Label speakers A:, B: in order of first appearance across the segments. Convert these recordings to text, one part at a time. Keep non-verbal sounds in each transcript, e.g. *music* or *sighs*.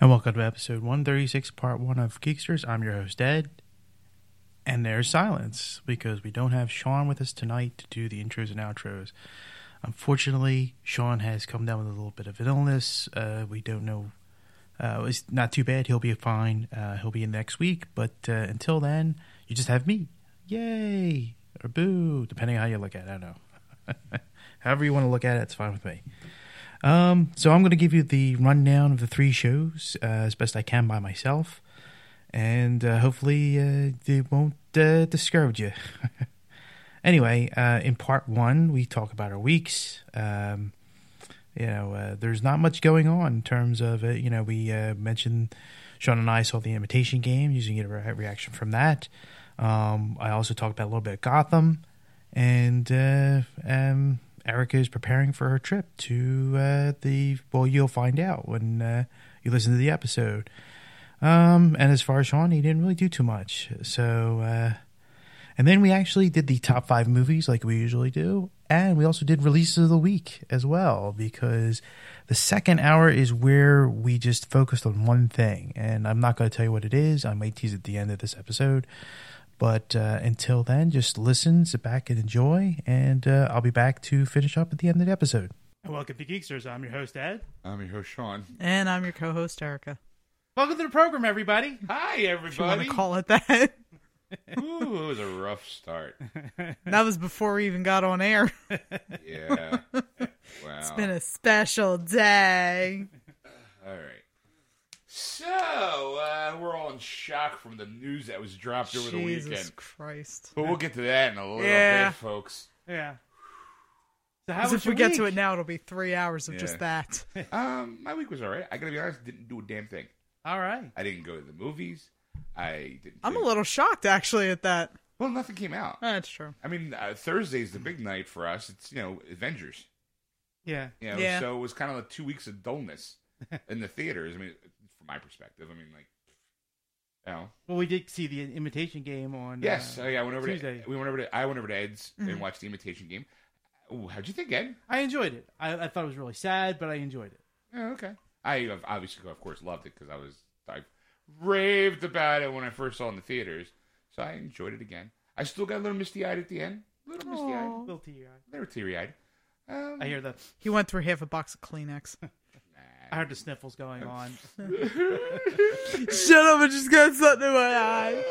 A: Welcome to episode 136, part one of Geeksters. I'm your host, Ed. And there's silence because we don't have Sean with us tonight to do the intros and outros. Unfortunately, Sean has come down with a little bit of an illness. Uh, we don't know. Uh, it's not too bad. He'll be fine. Uh, he'll be in next week. But uh, until then, you just have me. Yay! Or boo, depending on how you look at it. I don't know. *laughs* However, you want to look at it, it's fine with me. Um, so I'm going to give you the rundown of the three shows uh, as best I can by myself, and uh, hopefully uh, they won't uh, discourage you. *laughs* anyway, uh, in part one, we talk about our weeks. Um, you know, uh, there's not much going on in terms of it. You know, we uh, mentioned Sean and I saw the Imitation Game, using a re- reaction from that. Um, I also talked about a little bit of Gotham, and uh, um, Erica is preparing for her trip to uh, the. Well, you'll find out when uh, you listen to the episode. Um, and as far as Sean, he didn't really do too much. So, uh, and then we actually did the top five movies like we usually do. And we also did releases of the week as well, because the second hour is where we just focused on one thing. And I'm not going to tell you what it is. I might tease at the end of this episode. But uh, until then, just listen, sit back, and enjoy. And uh, I'll be back to finish up at the end of the episode.
B: Welcome to Geeksters. I'm your host, Ed.
C: I'm your host,
D: *laughs*
C: Sean.
D: And I'm your co-host Erica.
B: Welcome to the program, everybody.
C: Hi,
D: If you want
C: everybody.
D: to call it that. *laughs*
C: Ooh, it was a rough start.
D: that was before we even got on air.
C: Yeah. Wow.
D: It's been a special day.
C: all right. So uh, we're all in shock from the news that was dropped over the
D: Jesus
C: weekend,
D: Christ.
C: but we'll get to that in a little
D: Yeah.
C: bit, folks.
B: Yeah. So how
D: Because
B: was
D: if we
B: your
D: get to
B: week?
D: it now, it'll be three hours of just that.
C: *laughs* Um, my week was all right. I gotta be honest, didn't do a damn thing.
B: All right.
C: I didn't go to the movies. I didn't.
D: I'm a
C: think-
D: little shocked actually at that.
C: Well, nothing came out.
D: That's true.
C: I mean, uh, Thursday's the big night for us. It's you know Avengers.
B: Yeah.
C: You know,
D: Yeah.
C: so it was kind of like two weeks of dullness *laughs* in the theaters. I mean, from my perspective, I mean, like, you know,
B: Well, we did see the imitation game on.
C: Yes,
B: uh,
C: oh, yeah, I went over
B: Tuesday. Mm-hmm.
C: to we went over to I went over to Ed's and watched the Imitation Game. Ooh, how'd you think, Ed?
B: I enjoyed it. I, I thought it was really sad, but I enjoyed it.
C: Oh, okay. I have obviously, of course, loved it because I was I raved about it when I first saw it in the theaters, so I enjoyed it again. I still got a little misty eyed at the end, a little misty eyed,
D: Aw.
B: Little teary-eyed.
C: they were teary eyed. Um, *laughs*
B: I hear the
D: He went through half a box of Kleenex.
B: I heard the sniffles
C: *laughs*
B: going on.
D: Shut up! I just got something in my eye.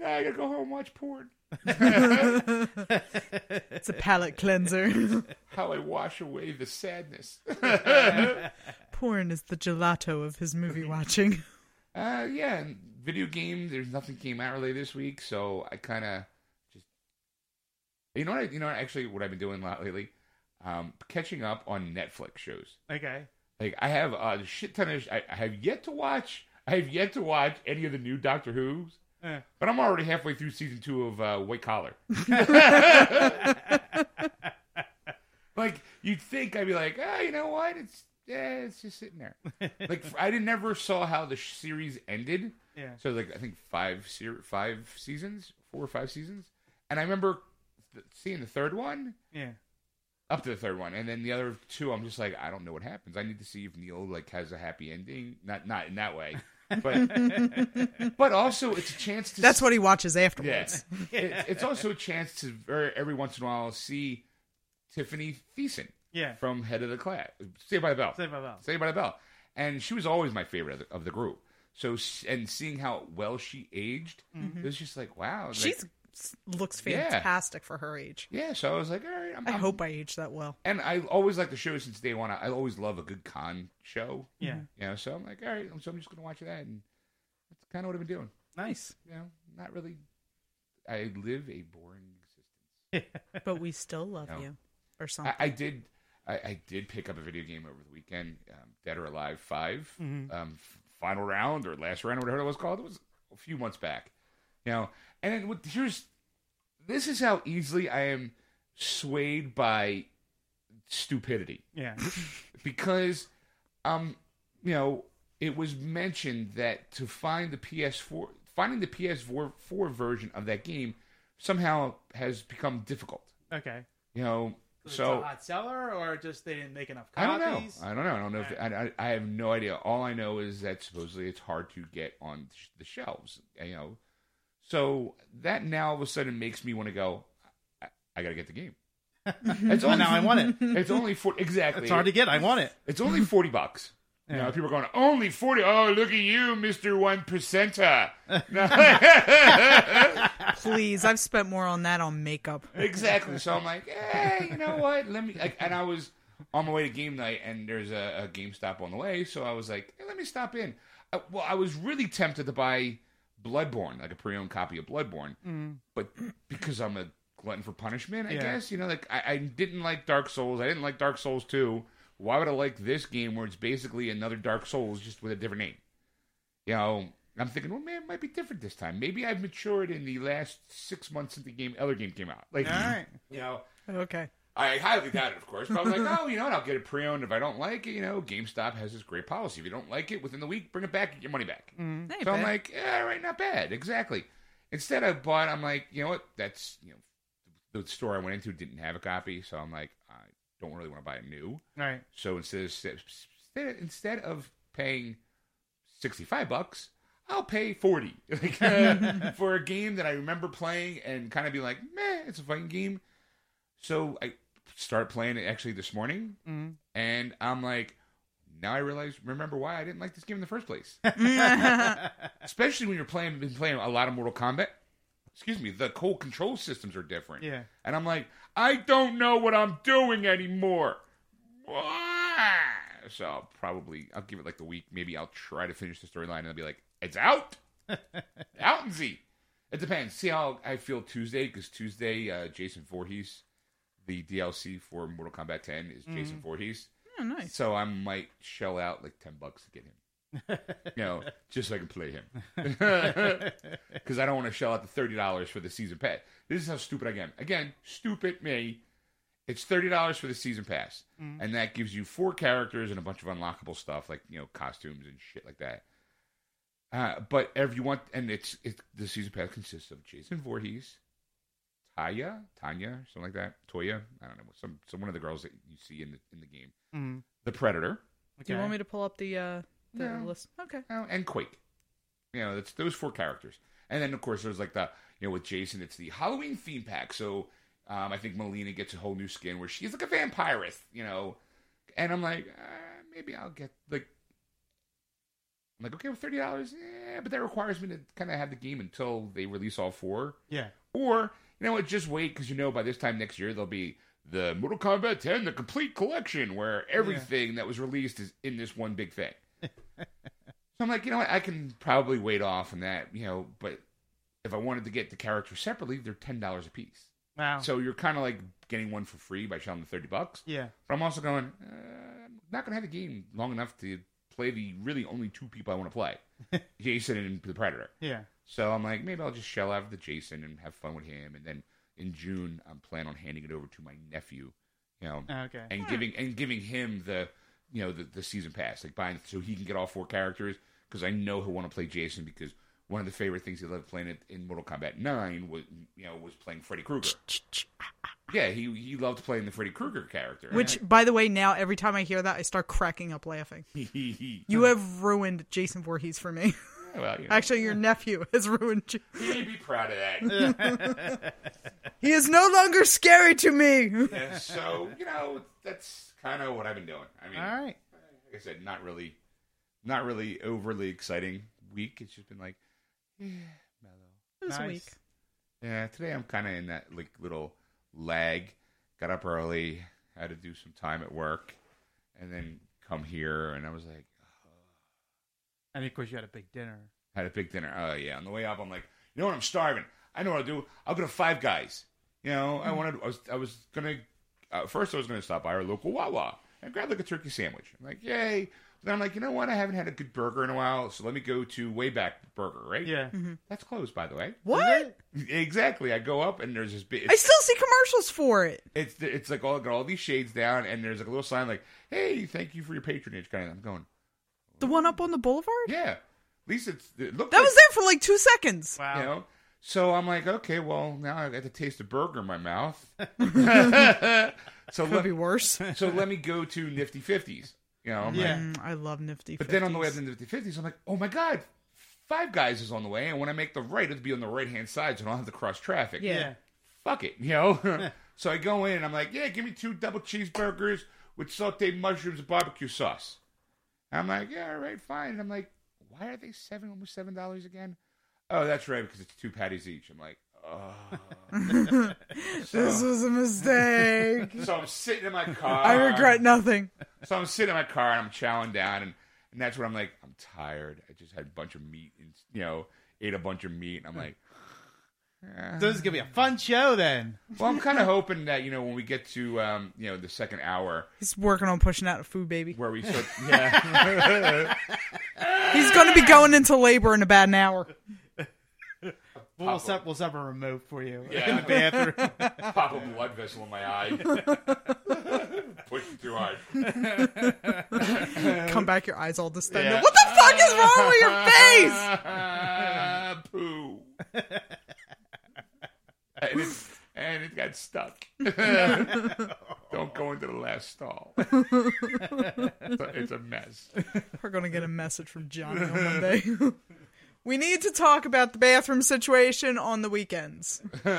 C: Now I gotta go home and watch porn.
D: It's a palate cleanser.
C: How I wash away the sadness. *laughs*
D: Porn is the gelato of his movie watching.
C: Uh, yeah, and video games. There's nothing came out really this week, so I kind of just, you know what? I, you know what, actually, what I've been doing a lot lately, um, catching up on Netflix shows. *laughs*
B: Okay.
C: Like I have a shit ton of. I, I have yet to watch. I have yet to watch any of the new Doctor Who's,
B: Eh.
C: but I'm already halfway through season two of uh, White Collar. *laughs* like you'd think I'd be like, ah, you know what? It's yeah, it's just sitting there. like I didn't never saw how the sh- series ended.
B: Yeah.
C: So like I think five ser- five seasons, four or five seasons, and I remember th- seeing the third one
B: Yeah.
C: up to the third one, and then the other two, I'm just like I don't know what happens. I need to see if Neil like has a happy ending. Not not in that way, but but also it's a chance to.
D: That's what he watches
C: Yeah.
D: afterwards.
C: It- it's also a chance to ver- every once in a while see Tiffany Thiessen
B: Yeah.
C: from Head of the Class, Saved by the Bell.
B: Say my mouth.
C: Saved by the Bell, and she was always my favorite of the, of the group. So s- and seeing how well she aged, it was just like wow. Like,
D: Mm-hmm. She's looks
C: Yeah. Um,
D: fantastic for her age.
C: yeah. So I was like, all right. I'm,
D: I
C: I'm-
D: hope I age that well.
C: And I always like the show since day one. I, I always love a good con show.
B: Yeah.
D: Mm-hmm.
C: You know, so I'm like, all right. So I'm just gonna watch that, and that's kind of what I've been doing.
B: Nice.
C: You know, not really. I live a boring existence.
D: But we still love
C: No.
D: you, or something.
C: I, I did. I, I did pick up a video game over the weekend, um, Dead or Alive 5 um, f- final round or last round or whatever it was called. It was a few months back, you know. And it, would- here's this is how easily I am swayed by stupidity
B: Yeah.
C: because um you know it was mentioned that to find the PS4 finding the PS4 version of that game somehow has become difficult.
B: Okay.
C: You know,
B: Was
C: So-
B: it a hot seller, or just they didn't make enough
C: I don't
B: copies?
C: know. I don't know. I don't know. If, I, I I have no idea. All I know is that supposedly it's hard to get on sh- the shelves. You know, so that now all of a sudden makes me want to go. I, I got to get
A: *laughs*
C: the game. it's
A: Oh, now I want it.
C: *laughs* It's only for exactly.
A: It's hard to get. I want it.
C: It's only forty
A: *laughs*
C: bucks. You know, people are going only forty. Oh, look at you, Mister One
A: *laughs*
C: Percenter. *laughs*
D: Please, I've spent more on that on makeup.
C: exactly. So I'm like, hey, you know what? Let me. Like, and I was on my way to game night, and there's a, a GameStop on the way, so I was like, hey, let me stop in. I, well, I was really tempted to buy Bloodborne, like a pre-owned copy of Bloodborne,
D: Mm-hmm.
B: Mm.
C: but because I'm a glutton for punishment, I
B: Yeah.
C: guess you know, like I, I didn't like Dark Souls. I didn't like Dark Souls Two. Why would I like this game where it's basically another Dark Souls just with a different name? you know, I'm thinking, well, man, it might be different this time. Maybe I've matured in the last six months since the game other game came out. Like,
B: Ah.
C: you know,
D: Okay.
C: I highly doubt it, of course. But I was like, oh, you know what? I'll get it pre-owned if I don't like it. You know, GameStop has this great policy. If you don't like it within the week, bring it back, get your money back.
B: Mm.
D: Hey,
C: So I'm
D: babe.
C: like, yeah, right, not bad. Exactly. Instead, I bought, I'm like, you know what? That's, you know, the store I went into didn't have a copy. So I'm like, I don't really want to buy it new.
B: Right.
C: So instead of instead, instead of paying sixty five bucks, I'll pay forty *laughs* like, uh, for a game that I remember playing and kind of be like, meh, it's a fun game. So I start playing it actually this morning,
B: Mhm.
C: and I'm like, now I realize remember why I didn't like this game in the first place.
D: *laughs*
C: Especially when you're playing been playing a lot of Mortal Kombat. Excuse me, the whole control systems are different.
B: Yeah.
C: And I'm like, I don't know what I'm doing anymore. Wah! So I'll probably I'll give it like a week. Maybe I'll try to finish the storyline and I'll be like, it's out, out and Z. It depends. See how I feel Tuesday because Tuesday, uh, Jason Voorhees, the DLC for Mortal Kombat 10 is Jason Voorhees.
D: Oh, nice.
C: So I might shell out like ten bucks to get him. you know, just so I can play him. Because I don't want to shell out the thirty dollars for the season pass. This is how stupid I am. Again, stupid me. It's thirty dollars for the season pass, and that gives you four characters and a bunch of unlockable stuff like you know costumes and shit like that. Uh, but if you want, and it's it, the season pass consists of Jason Voorhees, Taya, Tanya, something like that, Toya. I don't know, some, some one of the girls that you see in the in the game,
B: Mm.
C: the Predator,
D: Do you want me to pull up the uh the
C: No.
D: list? Okay.
C: you know, and Quake. You know, that's those four characters. And then of course there's like the you know with Jason, it's the Halloween theme pack. So um, I think Melina gets a whole new skin where she's like a vampirist. You know, and I'm like uh, maybe I'll get like I'm like okay, well, thirty dollars, yeah, but that requires me to kind of have the game until they release all four.
B: Yeah.
C: Or, you know what, just wait because you know by this time next year there'll be the Mortal Kombat 10, the complete collection, where everything that was released is in this one big thing. so I'm like, you know what, I can probably wait off on that, you know, but if I wanted to get the characters separately, they're $10 a piece.
B: Wow.
C: So you're kind of like getting one for free by shelling the 30 bucks.
B: yeah.
C: But I'm also going, uh, I'm not going to have a game long enough to play the really only two people I want to play Jason and the Predator.
B: Yeah.
C: So I'm like, maybe I'll just shell out the Jason and have fun with him. And then in June, I'm planning on handing it over to my nephew, you know,
B: Ah, Okay.
C: and
D: Ah.
C: giving and giving him the, you know, the, the season pass, like buying so he can get all four characters because I know he'll want to play Jason because one of the favorite things he loved playing it in Mortal Kombat Nine was, you know, was playing Freddy Krueger. Yeah, he he loved playing the Freddy Krueger character. *laughs*
D: Which, by the way, now every time I hear that, I start cracking up laughing.
C: he
D: You have ruined Jason Voorhees for me.
C: well, you know,
D: Actually, your nephew has ruined you.
C: he'd *laughs* be proud of that.
D: He is no longer scary to me.
C: And *laughs* so you know, that's kind of what I've been doing. I mean,
B: All right.
C: like I said, not really, not really overly exciting week. It's just been like, *sighs* yeah, mellow.
D: It was
B: Nice.
D: weak.
C: Yeah, today I'm kind of in that like little lag. Got up early, had to do some time at work, and then come here, and I was like,
B: And of course, you had a big dinner.
C: had a big dinner. Oh yeah, on the way up, I'm like, you know what? I'm starving. I know what I'll do. I'll go to Five Guys. You know,
D: Mm.
C: I wanted. I was. I was gonna. Uh, first, I was gonna stop by our local Wawa and grab like a turkey sandwich. I'm like, yay! Then I'm like, you know what? I haven't had a good burger in a while, so let me go to Wayback Burger. Right?
B: Yeah.
C: That's closed, by the way. *laughs*
D: What?
C: exactly. I go up and there's this big.
D: I still see commercials for it.
C: It's it's like all got all these shades down, and there's like a little sign like, "Hey, thank you for your patronage." Kind of. I'm going.
D: The one up on the boulevard?
C: Yeah. At least it's it looked
D: That
C: like-
D: was there for like two seconds.
B: Wow.
C: You know, So I'm like, okay, well, now I got to taste a burger in my mouth. so
D: Could
C: let *laughs*
D: be worse.
C: so let me go to Nifty Fifties. You know, I'm like,
B: Yeah.
D: Mm, I love nifty.
C: but then on the way up
D: 50s.
C: to Nifty Fifties, I'm like, oh my god, Five Guys is on the way, and when I make the right, it'll be on the right hand side, so I don't have to cross traffic.
D: Yeah.
C: Fuck it, you
D: *laughs*
C: know. so I go in, and I'm like, yeah, give me two double cheeseburgers with sautéed mushrooms and barbecue sauce. And I'm like, yeah, all right, fine. And I'm like, why are they seven almost seven dollars again? Oh, that's right, because it's two patties each. I'm like, oh.
D: *laughs* This
C: so,
D: was a
C: *laughs*
D: mistake.
C: so I'm sitting in my car.
D: I regret nothing.
C: So I'm sitting in my car and I'm chowing down, and, and that's when I'm like, I'm tired. I just had a bunch of meat, and you know, ate a bunch of meat, and I'm like,
B: So this is gonna be a fun show then.
C: well, I'm kind of hoping that you know when we get to um, you know the second hour
D: He's working on pushing out a food baby.
C: where we *laughs* start, yeah,
D: He's going to be going into labor in about an hour.
B: We'll set we'll set a remote for you
C: Yeah.
B: in the *laughs*
C: *laughs*
B: bathroom.
C: pop a blood vessel in my
D: *laughs*
C: eye, push it too hard.
D: Come back, your eyes all distended.
C: Yeah.
D: What the fuck is wrong
C: *laughs*
D: with your face?
C: Ah, *laughs* Poo. and, it, and it got stuck.
D: *laughs*
C: Don't go into the last
D: *laughs*
C: stall. it's, a, it's a mess.
D: We're going to get a message from Johnny on Monday. *laughs* we need to talk about the bathroom situation on the weekends.
C: So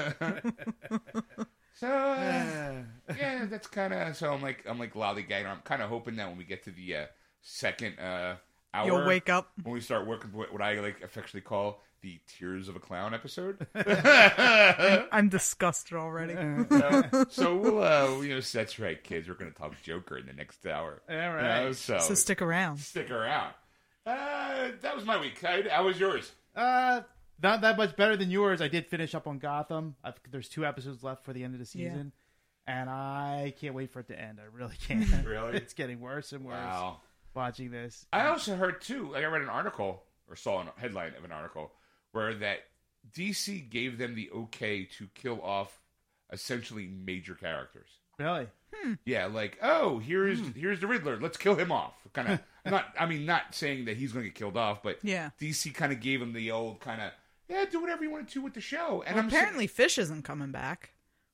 C: uh, yeah, that's kind of so. I'm like I'm like lollygagging. I'm kind of hoping that when we get to the uh, second uh, hour,
D: You'll wake up.
C: when we start working what what I like affectionately call the tears of a clown episode.
D: I'm disgusted already.
C: so we'll
B: *laughs*
C: uh, you know so that's right, kids. We're gonna talk Joker in the next hour.
B: All right.
C: You know, so
D: So stick around.
C: stick around. Uh, that was my week. How, how was yours?
B: Uh, not that much better than yours. I did finish up on Gotham. I've, there's two episodes left for the end of the
D: Yeah.
B: season, and I can't wait for it to end. I
C: *laughs*
B: really can't.
C: Really?
B: it's getting worse and worse. Watching this,
C: I also heard too. Like I read an article or saw a headline of an article where that DC gave them the okay to kill off essentially major characters.
B: really.
C: Yeah, like oh, here's
D: Hmm.
C: here's the Riddler. Let's kill him off. Kind
D: *laughs*
C: of not. I mean, not saying that he's going to get killed off, but
D: Yeah.
C: DC kind of gave him the old kind of yeah, do whatever you want to with the show. And I'm si-
D: Apparently, Fish isn't coming back.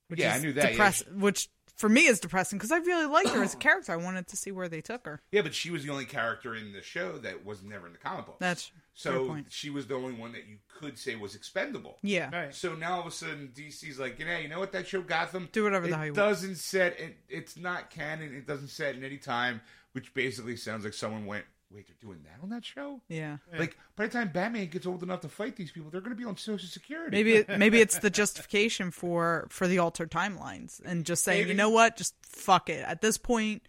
D: Which
C: Yeah, I
D: is
C: knew that, yeah.
D: depress- Which for me is depressing because I really liked her as a character. I wanted to see where they took her.
C: yeah, but she was the only character in the show that was never in the comic books.
D: That's fair
C: so
D: point.
C: she was the only one that you could say was expendable.
D: Yeah.
B: Right.
C: So now all of a sudden DC's like, yeah, you know what? That show Gotham.
D: Do whatever the
C: it
D: hell you want.
C: doesn't set. It, it's not canon. It doesn't set in any time. Which basically sounds like someone went, wait, they're doing that on that show.
D: Yeah.
C: Like by the time Batman gets old enough to fight these people, they're going to be on Social Security. *laughs*
D: Maybe it, maybe it's the justification for for the altered timelines and just saying, you
C: Maybe.
D: know what, just fuck it. At this point,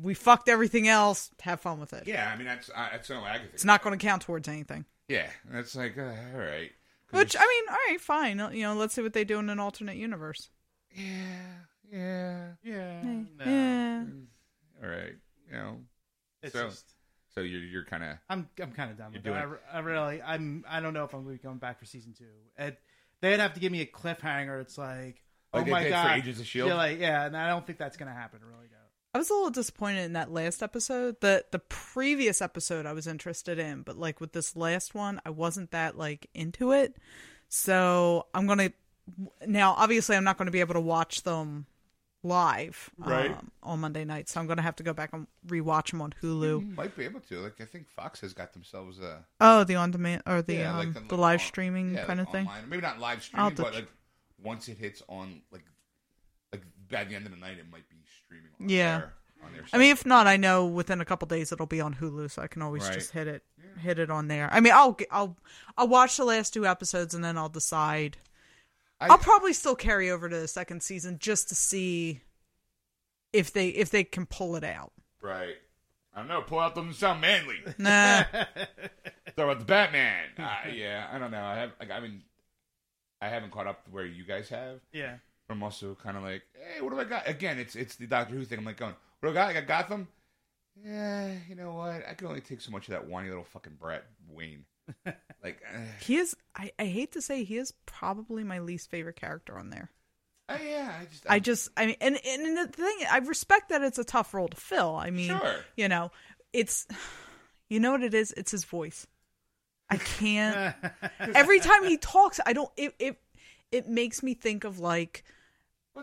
D: we fucked everything else. Have fun with it.
C: Yeah, I mean that's I, that's the only way I can think.
D: It's not going to count towards anything.
C: Yeah, that's like uh, all right. 'Cause
D: Which I mean, all right, fine. You know, let's see what they do in an alternate universe.
C: Yeah, yeah,
B: Yeah. No.
D: Yeah.
C: all right. You know,
B: It's
C: So-
B: just.
C: so you're you're kind of
B: I'm I'm kind of done with
C: You're
B: it. I,
C: doing-
B: re- I really I'm I don't know if I'm going to be coming back for season two. And they'd have to give me a cliffhanger. It's like,
C: Like
B: oh
C: they
B: my
C: did for
B: god,
C: Agents of S.H.I.E.L.D.?
B: Yeah, like, yeah, and I don't think that's going to happen. Really, though.
D: I was a little disappointed in that last episode. The the previous episode I was interested in, but like with this last one, I wasn't that like into it. So I'm gonna now. Obviously, I'm not going to be able to watch them live
C: Right.
D: um, on Monday night. So I'm going to have to go back and rewatch them on Hulu.
C: might be able to. Like I think Fox has got themselves a
D: Oh, the on demand or the
C: yeah,
D: um,
C: like
D: the,
C: on-
D: live streaming
C: yeah,
D: kind
C: like
D: of thing.
C: online. Maybe not live
D: I'll have
C: streaming,
D: to
C: but
D: ch-
C: like once it hits on like like by the end of the night, it might be streaming. On
D: Yeah.
C: their- on their
D: I mean, if not, I know within a couple days it'll be on Hulu, so I can always
C: Right.
D: just hit it, hit it on there. I mean, I'll g- I'll I'll watch the last two episodes and then I'll decide.
C: I-
D: I'll probably still carry over to the second season just to see if they if they can pull
C: *laughs*
D: it out.
C: right. I don't know. Pull out doesn't sound manly.
D: Nah,
C: Talk about the Batman. Uh, yeah, I don't know. I have. Like, I mean, I haven't caught up where you guys have.
B: Yeah, *laughs*
C: I'm also kind of like, hey, what do I got? Again, it's it's the Doctor Who thing. I'm like going, what do I got? I got Gotham. Yeah, you know what? I can only take so much of that whiny little fucking brat Wayne. Like, eh.
D: he is. I, I hate to say he is probably my least favorite character on there.
C: oh yeah, I just,
D: I just, I mean, and, and the thing, I respect that it's a tough role to fill. I mean,
C: Sure.
D: you know, it's, you know what it is? It's his voice.
C: *laughs*
D: I can't. Every time he talks, I don't. It it it makes me think of like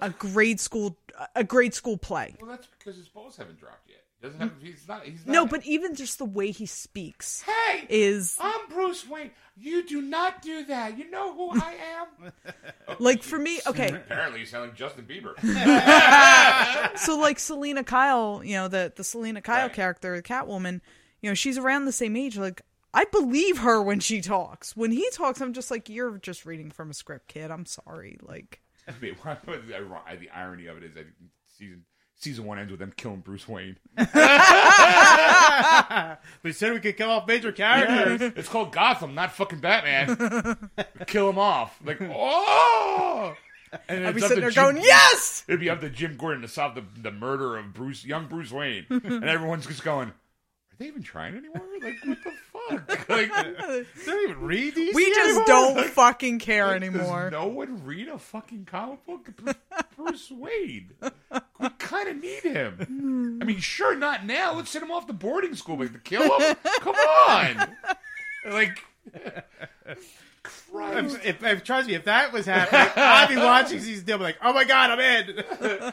D: a grade school a grade school play.
C: Well, that's because his balls haven't dropped yet. Doesn't have. He's not. He's not.
D: No, but even just the way he speaks
C: hey,
D: is
C: I'm Bruce Wayne. You do not do that. You know who I am.
D: like for me. Okay,
C: Apparently, you sound like Justin Bieber.
D: so like Selena Kyle, you know, the the Selena Kyle
C: Right.
D: character, the Catwoman, you know, she's around the same age. Like I believe her when she talks. When he talks, I'm just like, you're just reading from a script, kid. I'm sorry. Like
C: I *laughs* mean, what- what- the ir- the irony of it is that season season one ends with them killing Bruce Wayne.
B: we said we could come off major characters.
C: it's called Gotham, not fucking Batman. *laughs* Kill him off. Like, oh! And
D: I'd
C: it's
D: be
C: up
D: sitting
C: to
D: there going,
C: Jim-
D: yes.
C: It'd be up to Jim Gordon to solve the, the murder of Bruce, young Bruce
D: *laughs*
C: Wayne, and everyone's just going, "Are they even trying anymore? Like, what the fuck? *laughs* Like,
B: They don't even read these.
D: We just don't
C: *laughs*
D: fucking care anymore.
C: does no one read a fucking comic book? Bru- Bruce Wayne. We kind of need him. I mean, sure, not now. Let's send him off to boarding school, but to kill him? Come on! Like, Christ.
B: If, if, if trust me, if that was happening, I'd be watching season two. I'd be like, oh my god, I'm in.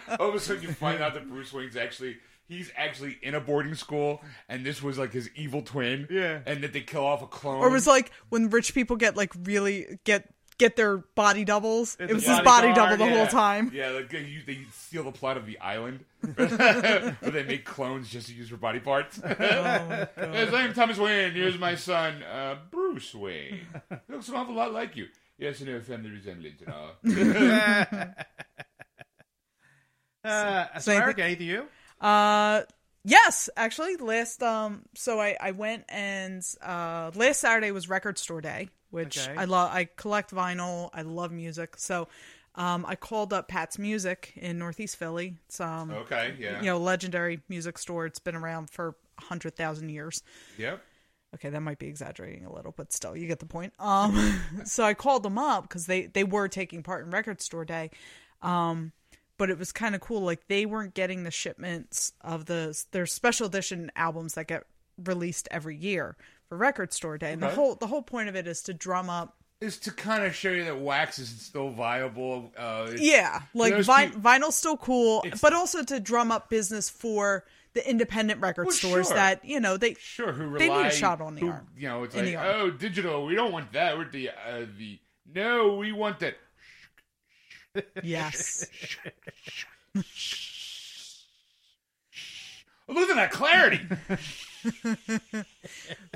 B: *laughs*
C: All of a sudden, you find out that Bruce Wayne's actually he's actually in a boarding school, and this was like his evil twin.
B: Yeah.
C: and that they kill off a clone.
D: Or it was like when rich people get like really get get their body doubles.
B: It's
D: it was
B: a
D: his body
B: bodyguard,
D: double the
B: yeah.
D: whole time.
C: yeah, like they, use- they steal the plot of the
D: *laughs*
C: island, where they make clones just to use for body parts.
D: Oh,
C: His name Thomas Wayne. Here's my son, uh, Bruce Wayne. He looks an awful lot like you. Yes, and no family resemblance and all.
D: *laughs*
B: Uh,
D: so I
B: Spark,
D: think-
B: anything to you?
D: Uh yes, actually, last um, so I I went and uh last Saturday was Record Store Day, which
B: Okay.
D: I love. I collect vinyl. I love music, so um, I called up Pat's Music in Northeast Philly. It's um,
C: Okay, Oh, yeah,
D: you know, legendary music store. It's been around for hundred thousand years.
C: yep.
D: Okay, that might be exaggerating a little, but still, you get the point. Um, *laughs* so I called them up because they they were taking part in Record Store Day, um, but it was kind of cool. Like they weren't getting the shipments of the their special edition albums that get released every year for Record Store Day, and the
C: Okay.
D: whole the whole point of it is to drum up.
C: Is to kind of show you that wax is still viable. Uh, it's-
D: Yeah, like
C: those
D: vi-
C: peop-
D: vinyl's still cool,
C: It's-
D: but also to drum up business for the independent record
C: Well,
D: stores
C: sure.
D: that you know they
C: sure who
D: They need a
C: rely
D: shot on the
C: who-
D: arm.
C: You know, it's
D: In
C: like
D: the arm.
C: oh, digital. We don't want that. We're the uh, the no. We want that. *laughs*
D: yes
C: Oh, Look at that clarity.
D: *laughs*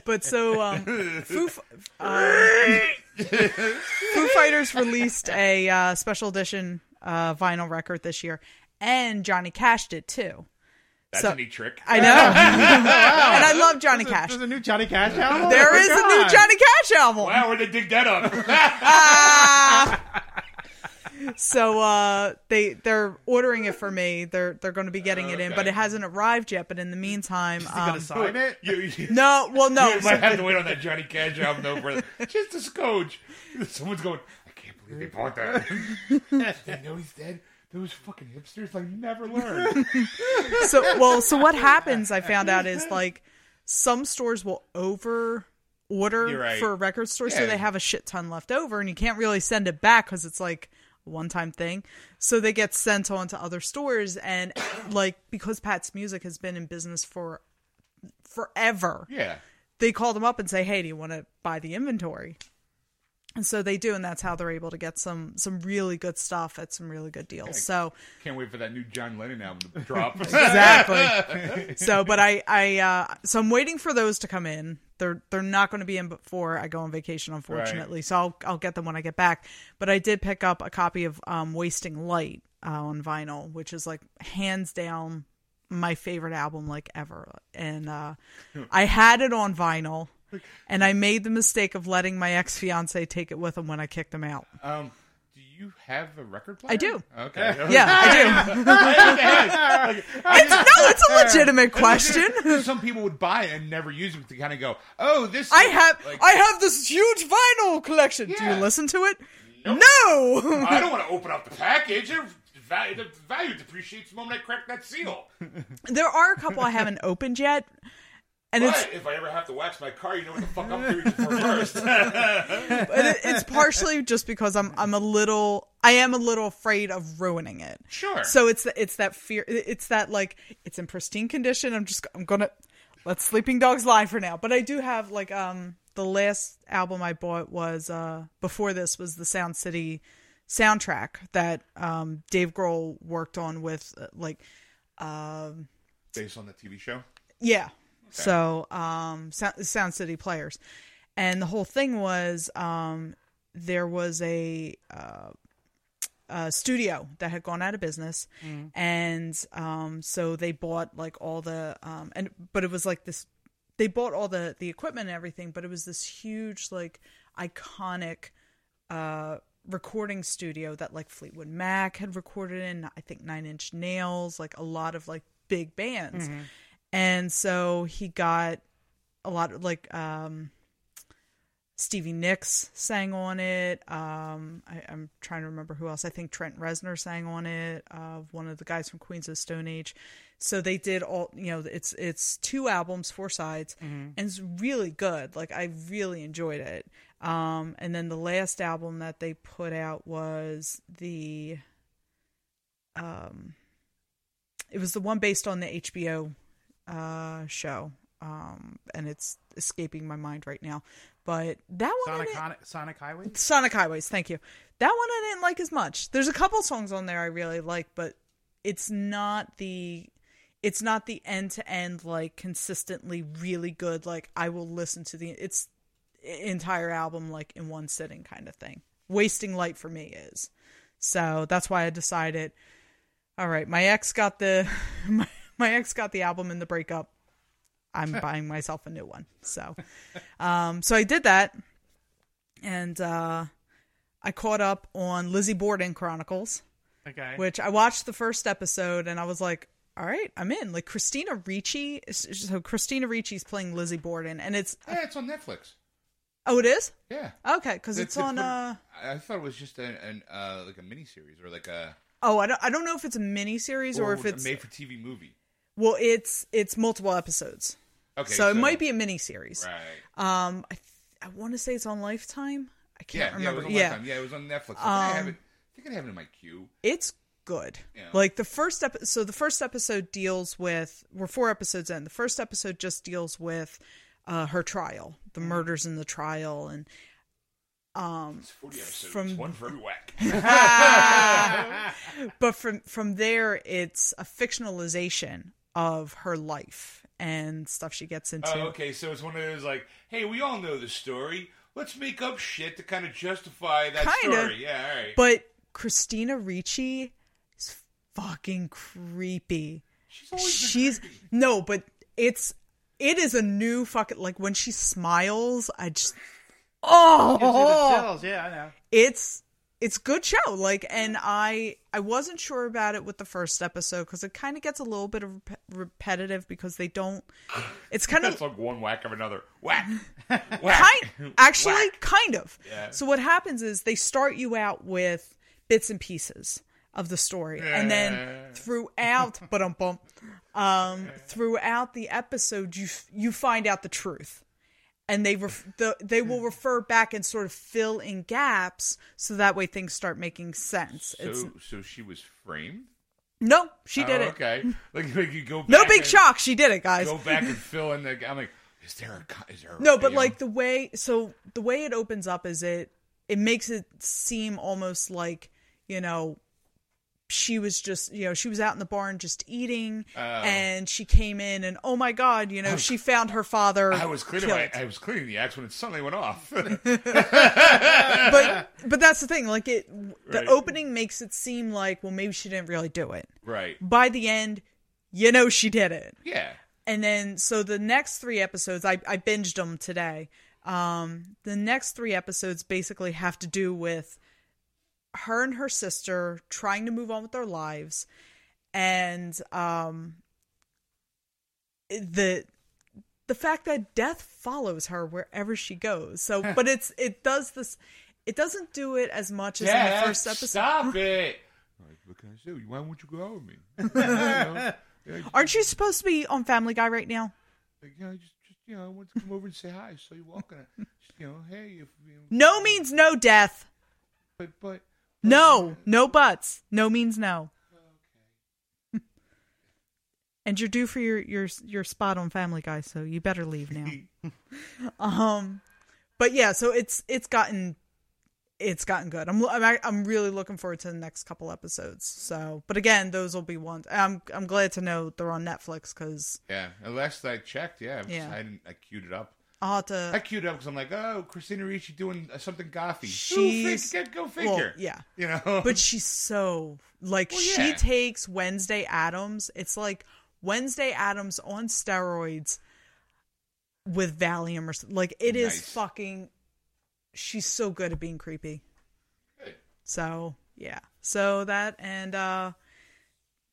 D: But so um, Foo,
C: *laughs*
D: F- um, Foo Fighters released a uh, special edition uh, vinyl record this year, and Johnny Cash did too.
C: That's
D: So-
C: a neat trick.
D: I know, *laughs* and I love Johnny
B: There's a-
D: Cash.
B: There's a new Johnny Cash album.
D: There
B: Oh my
D: is a new
B: God.
D: Johnny Cash album.
C: wow, where'd they dig that up?
D: So uh, they they're ordering it for me. They're they're going to be getting it in, but
C: okay.
D: it hasn't arrived yet. But in the meantime,
B: Gotta
D: um,
B: sign it.
C: you, *laughs* you,
D: no, well,
B: *laughs*
D: no,
C: you might have to wait on that Johnny Cash album though for just a scotch. Someone's going. I can't believe they bought that. *laughs* they know he's dead. Those fucking hipsters like never learn.
D: so well so what happens i found out is like some stores will over order
C: You're right.
D: for a record store so
C: Yeah.
D: they have a shit ton left over and you can't really send it back because it's like a one-time thing so they get sent on to other stores and like because pat's music has been in business for forever
C: *laughs* yeah.
D: they call them up and say hey do you want to buy the inventory and so they do and that's how they're able to get some some really good stuff at some really good deals so
C: Can't wait for that new John Lennon album to drop. *laughs*
D: exactly. so, but I, I, uh, so I'm waiting for those to come in. They're they're not going to be in before I go on vacation, unfortunately. So I'll I'll get them when I get back. But I did pick up a copy of um, Wasting Light uh, on vinyl, which is like hands down my favorite album like ever. And uh, I had it on vinyl. And I made the mistake of letting my ex fiance take it with him when I kicked him out.
C: Um, do you have a record player?
D: I do.
C: Okay. *laughs*
D: Yeah, I do. It's- no, it's a legitimate question.
C: Some people would buy it and never use it to kind of go, oh, this.
D: I have
C: Like,
D: I have this huge vinyl collection. Do
C: Yeah.
D: you listen to it?
C: Nope.
D: No. *laughs*
C: I don't want to open up the package. It, value, the value depreciates the moment I crack that seal.
D: there are a couple I haven't opened yet. and it's
C: But if I ever have to wax my car, you know what the fuck
B: *laughs*
C: I'm doing for first.
D: and it, it's partially just because I'm I'm a little I am a little afraid of ruining it.
C: sure.
D: So it's th- it's that fear. It's that like it's in pristine condition. I'm just I'm gonna let Sleeping Dogs lie for now. But I do have like um the last album I bought was uh before this was the Sound City soundtrack that um Dave Grohl worked on with uh, like um
C: Based on the TV show.
D: yeah. So, um, Sound, Sound City Players, and the whole thing was, um, there was a, uh, a studio that had gone out of business, and um, so they bought like all the um, and but it was like this, they bought all the the equipment and everything, but it was this huge like iconic, uh, recording studio that like Fleetwood Mac had recorded in. I think Nine Inch Nails, like a lot of like big bands, and so he got a lot of like um, Stevie Nicks sang on it. Um, I, I'm trying to remember who else. I think Trent Reznor sang on it. Uh, one of the guys from Queens of Stone Age. So they did all you know. It's it's two albums, four sides, and it's really good. Like I really enjoyed it. Um, and then the last album that they put out was the um, it was the one based on the HBO uh show. Um, and it's escaping my mind right now. But that one I
B: Sonic,
D: didn't-
B: Hon- Sonic Highway.
D: Sonic Highways, thank you. That one I didn't like as much. There's a couple songs on there I really like, but it's not the it's not the end to end like consistently really good like I will listen to the it's entire album like in one sitting kind of thing. Wasting light for me is. So that's why I decided all right, my ex got the *laughs* my, my ex got the album in the breakup. I'm buying myself a new one. So um so I did that and uh, I caught up on Lizzie Borden Chronicles,
B: Okay.
D: which I watched the first episode and I was like, all right, I'm in. Like Christina Ricci, so Christina Ricci's playing Lizzie Borden, and it's
C: Yeah, it's on Netflix.
D: oh, it is
C: Yeah.
D: okay because it's,
C: a
D: on.
C: put-
D: Uh,
C: I I thought it was just an, an uh, like a miniseries or like a
D: oh, I don't, I don't know if it's a mini series
C: Oh,
D: or if it's
C: made for TV movie.
D: well, it's it's multiple episodes,
C: Okay,
D: so, it might be a mini series.
C: right.
D: Um, I th- I want to say it's on Lifetime. I
C: Yeah,
D: can't
C: yeah, it
D: remember.
C: was on
D: yeah,
C: Lifetime. yeah, it was on Netflix. I, think I have it. I think I have it in my queue.
D: it's good.
C: Yeah.
D: Like the first episode, so the first episode deals with we're four episodes in. The first episode just deals with uh, her trial, the
C: Mm-hmm.
D: murders in the trial, and
C: It's forty episodes,
D: From-
C: one for every
D: *laughs*
C: whack.
D: but from from there it's a fictionalization of her life and stuff she gets into.
C: Oh, okay, so it's one of those like, hey, we all know the story. Let's make up shit to kind of justify that
D: Kinda.
C: story. Yeah, all right.
D: But Christina Ricci is fucking creepy.
C: she's always been
D: she's
C: creepy.
D: no but it's it is a new fucking like when she smiles i just
B: Gives you the
D: oh
B: chills. Yeah, I know.
D: it's it's good show like and i i wasn't sure about it with the first episode because it kind of gets a little bit of rep- repetitive because they don't it's kind of
C: It's like one whack of another
D: *laughs*
C: whack, *laughs* whack.
D: kind actually
C: Whack.
D: kind of
C: Yeah.
D: so what happens is they start you out with bits and pieces of the story and then throughout *laughs* but um bump um throughout the episode you f- you find out the truth and they ref- the, they will refer back and sort of fill in gaps so that way things start making sense it's
C: So, so she was framed.
D: no she did
C: oh,
D: it *laughs*
C: Okay, like, like you go. Back
D: no big
C: and-
D: shock she did it guys
C: Go back and fill in the. I'm like, is there a? co- Is there a
D: No, but
C: video?
D: like the way so the way it opens up is it it makes it seem almost like, you know, she was just, you know, she was out in the barn just eating
C: Oh.
D: and she came in and oh my god, you know, she found her father
C: I was cleaning
D: killed.
C: my, I was cleaning the axe when it suddenly went off. *laughs*
D: *laughs* but but that's the thing, like it the
C: Right.
D: opening makes it seem like well maybe she didn't really do it.
C: right.
D: By the end, you know she did it.
C: Yeah.
D: and then so the next three episodes i, I binged them today um the next three episodes basically have to do with her and her sister trying to move on with their lives and um the the fact that death follows her wherever she goes so but it's it does this it doesn't do it as much as in
C: Dad,
D: the first episode
C: Stop
D: *laughs*
C: it. Like, what can I do? Why won't you go out with me? You know?
D: aren't you supposed to be on family guy right now
C: Like, yeah, just, you know, I wanted to come over and say hi. So you're
D: *laughs*
C: walking, uh, you know, hey, if you know,
D: No means no death.
C: but but
D: No, no buts. No means no. *laughs* and you're due for your your your spot on Family Guy, so you better leave now. *laughs* um, but yeah, so it's it's gotten it's gotten good. I'm I'm ac- I'm really looking forward to the next couple episodes. So, but again, those will be ones. I'm I'm glad to know they're on Netflix because
C: yeah. And last I checked, yeah, I'm
D: Yeah.
C: I didn't. I queued it up.
D: I'll have to.
C: I queued it up because I'm like, oh, Christina Ricci doing uh, something gothy.
D: She's-
C: go, fig- go figure.
D: well, yeah.
C: you know.
D: but she's so like
C: Well,
D: she
C: yeah.
D: takes Wednesday Adams. It's like Wednesday Adams on steroids with Valium or something. Like it is
C: Nice.
D: fucking. She's so good at being creepy.
C: Good.
D: So yeah. So that and uh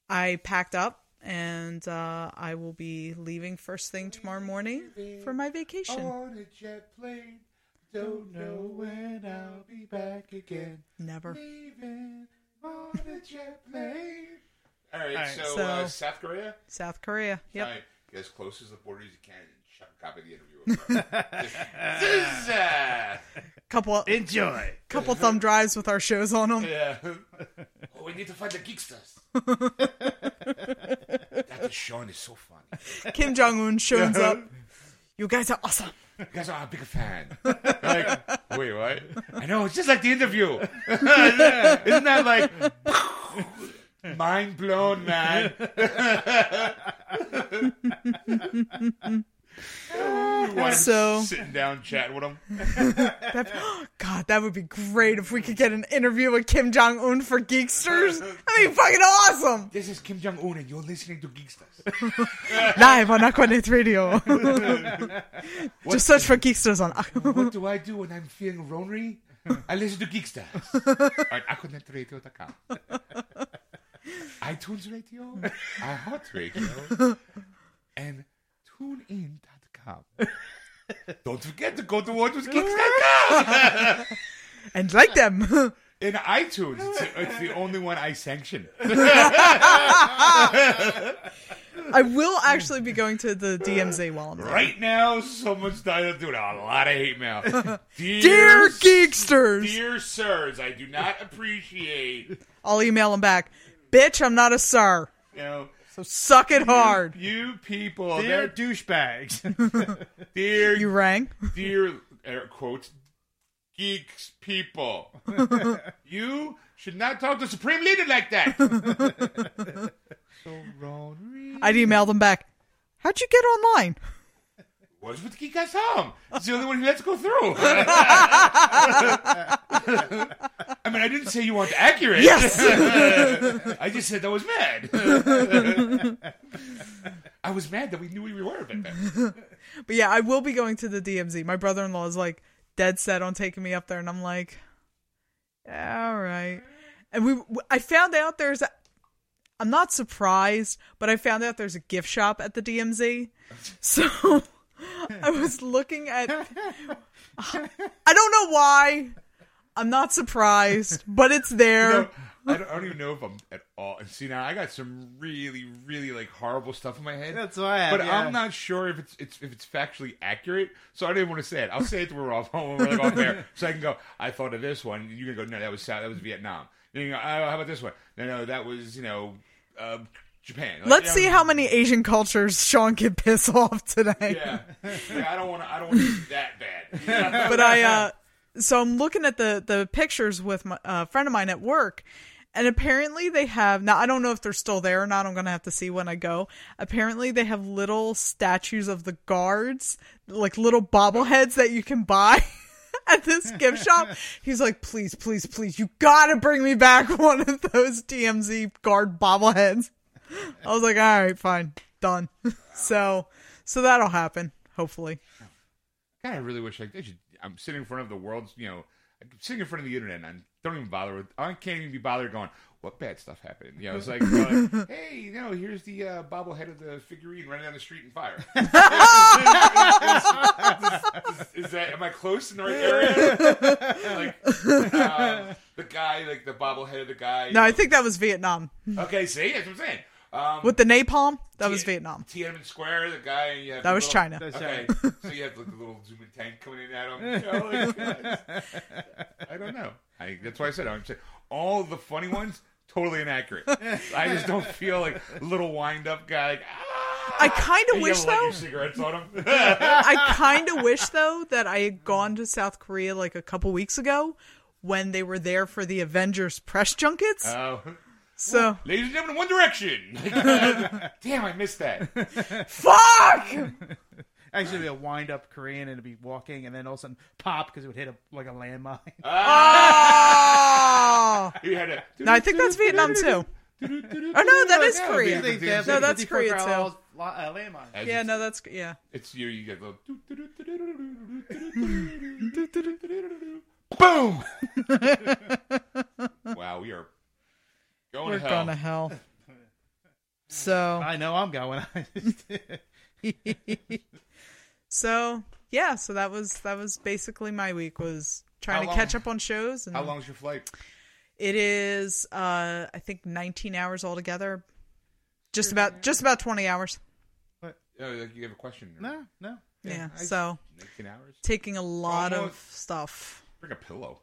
D: I packed up and uh I will be leaving first thing tomorrow morning for my vacation.
C: *laughs* on a jet plane, don't know when I'll be back again.
D: Never.
C: Leaving on a jet plane. All right,
B: All right,
C: so,
D: so-
C: Uh, South Korea.
D: South Korea. Yep.
C: All right, get as close as the border as you can and shut, copy the interview.
D: *laughs*
C: over. This is, uh,
D: Couple
B: Enjoy.
D: couple thumb drives with our shows on them.
C: yeah. *laughs* Oh, we need to find the
D: *laughs*
C: geeksters. that Sean is so funny.
D: Kim Jong Un shows up. You guys are awesome.
C: You guys are a big fan. like, wait, what? I know, it's just like the interview. *laughs* Yeah, Isn't that like *laughs* mind blown, man? *laughs* You want him
D: So-
C: sitting down chatting with him.
D: That- *gasps* God, that would be great if we could get an interview with Kim Jong Un for Geeksters. That'd be fucking awesome.
C: This is Kim Jong Un, and you're listening to Geeksters.
D: Live on Aquanet Radio. Just search for Geeksters on.
C: What do I do when I'm feeling lonely? I listen to
D: *laughs*
C: Geekstars on AquanetRadio.com. iTunes Radio, iHeart
D: *laughs*
C: Radio, and TuneIn.com. Don't forget to go to
D: *laughs*
C: WhatWasGeeks.com!
D: *laughs* and like them. *laughs*
C: In iTunes, it's, it's the only one I sanction.
D: I will actually be going to the DMZ while I'm there.
C: Right now, someone's dying to do a lot of hate mail.
D: *laughs*
C: Dear,
D: Dear Geeksters.
C: dear sirs, I do not appreciate, you
D: I'll email them back. Bitch, I'm not a sir.
C: know,
D: So suck it hard.
C: you people.
B: They're
C: They're
B: douchebags.
C: dear
D: You rang?
C: dear air quotes geeks people you should not talk to supreme leader like that so wrong
D: I'd email them back. How'd you get online?
C: was with geek us home it's the only one who lets go through i mean i didn't say you weren't accurate
D: Yes!
C: *laughs* i just said i was mad i was mad that we knew we were back then
D: But yeah, I will be going to the DMZ. My brother in law is like dead set on taking me up there, and I'm like, "Yeah, all right. And we, I found out there's, a, I'm not surprised, but I found out there's a gift shop at the DMZ. *laughs* So I was looking at, I don't know why. I'm not surprised, but
C: *laughs*
D: it's there.
C: No, I don't, I don't even know if I'm at all. And see, now I got some really, really like horrible stuff in my
B: *laughs*
C: head.
B: That's what I have,
C: But
B: yeah.
C: I'm not sure if it's, it's if it's factually accurate. So I didn't want to say it. I'll say it to we're off *laughs* home. We're like
B: *laughs*
C: off there, so I can go. I thought of this one. You can go. No, that was South. That was Vietnam. And you go. Oh, how about this one? No, no, that was you know uh, Japan. Like,
D: Let's
C: you know,
D: see how many Asian cultures Sean can piss *laughs* off today.
C: Yeah,
B: *laughs*
C: Like, I don't want to. I don't want to be that bad.
D: *laughs* but I uh so I'm looking at the the pictures with my uh, friend of mine at work and apparently they have now I don't know if they're still there or not I'm going to have to see when I go. Apparently they have little statues of the guards, like little bobbleheads that you can buy *laughs* at this gift shop. He's like, "Please, please, please, you got to bring me back *laughs* one of those DMZ guard bobbleheads." I was like, "All right, fine. Done." *laughs* so, so that'll happen hopefully.
C: God, I really wish I, I should. I'm sitting in front of the world's, you know, I'm sitting in front of the internet and I don't even bother with, I can't even be bothered going, what bad stuff happened? You know, it's like, uh,
D: *laughs*
C: like, hey, you know, here's the uh, bobblehead of the figurine running down the street in
D: *laughs*
C: fire. is, that, am I close in the right area?
D: *laughs*
C: like, um, the guy, like the bobblehead of the guy.
D: No, I think that was Vietnam.
C: Okay, see, that's what I'm saying. Um,
D: With the napalm, that was
C: Tien-
D: Vietnam.
C: Tiananmen Square, the guy. You have
D: That
C: the
D: was
C: little-
D: China.
B: That's
C: Okay,
B: right.
C: so you have like a little zooming tank coming in at him. You know, like, that's- I don't know. I, that's why I said I'm saying all the funny ones totally inaccurate. I just don't feel like little wind up guy. Like, ah!
D: I kind
C: You
D: of wish
C: ever let
D: though.
C: your cigarettes on him.
D: I kind of wish though that I had gone to South Korea like a couple weeks ago when they were there for the Avengers press junkets.
C: Oh.
D: so
C: Ladies and gentlemen, One
D: *laughs*
C: Direction. Damn, I missed that. *laughs*
D: fuck.
B: Actually, it'd be a wind up Korean and it'd be walking, and then all of a sudden pop because it would hit a, like a *laughs* landmine.
D: Ah. Oh.
C: You had a.
D: No, I think that's Vietnam
C: *laughs* Oh
D: too. no, that is Korea.
B: They- they have
D: No,
B: like
D: that's
B: 54
D: Korea,
B: parallel
D: too.
B: lo- uh, landmines.
D: Yeah, no, that's yeah.
C: It's you. You
D: *laughs*
C: get the boom. *laughs* wow, we are going
D: We're
C: to hell.
D: going to hell. So,
B: I know I'm going. *laughs*
D: so yeah, so that was that was basically my week was
C: How
D: trying to
C: long-
D: catch up on shows and
C: How long's your flight?
D: It is, uh, I think, 19 hours altogether. Just about, just about 20 hours.
C: Oh, like you have a question?
B: no, no.
D: Yeah.
C: I-
D: so
C: Nineteen hours.
D: taking a lot of
C: Almost.
D: stuff.
C: Bring a pillow.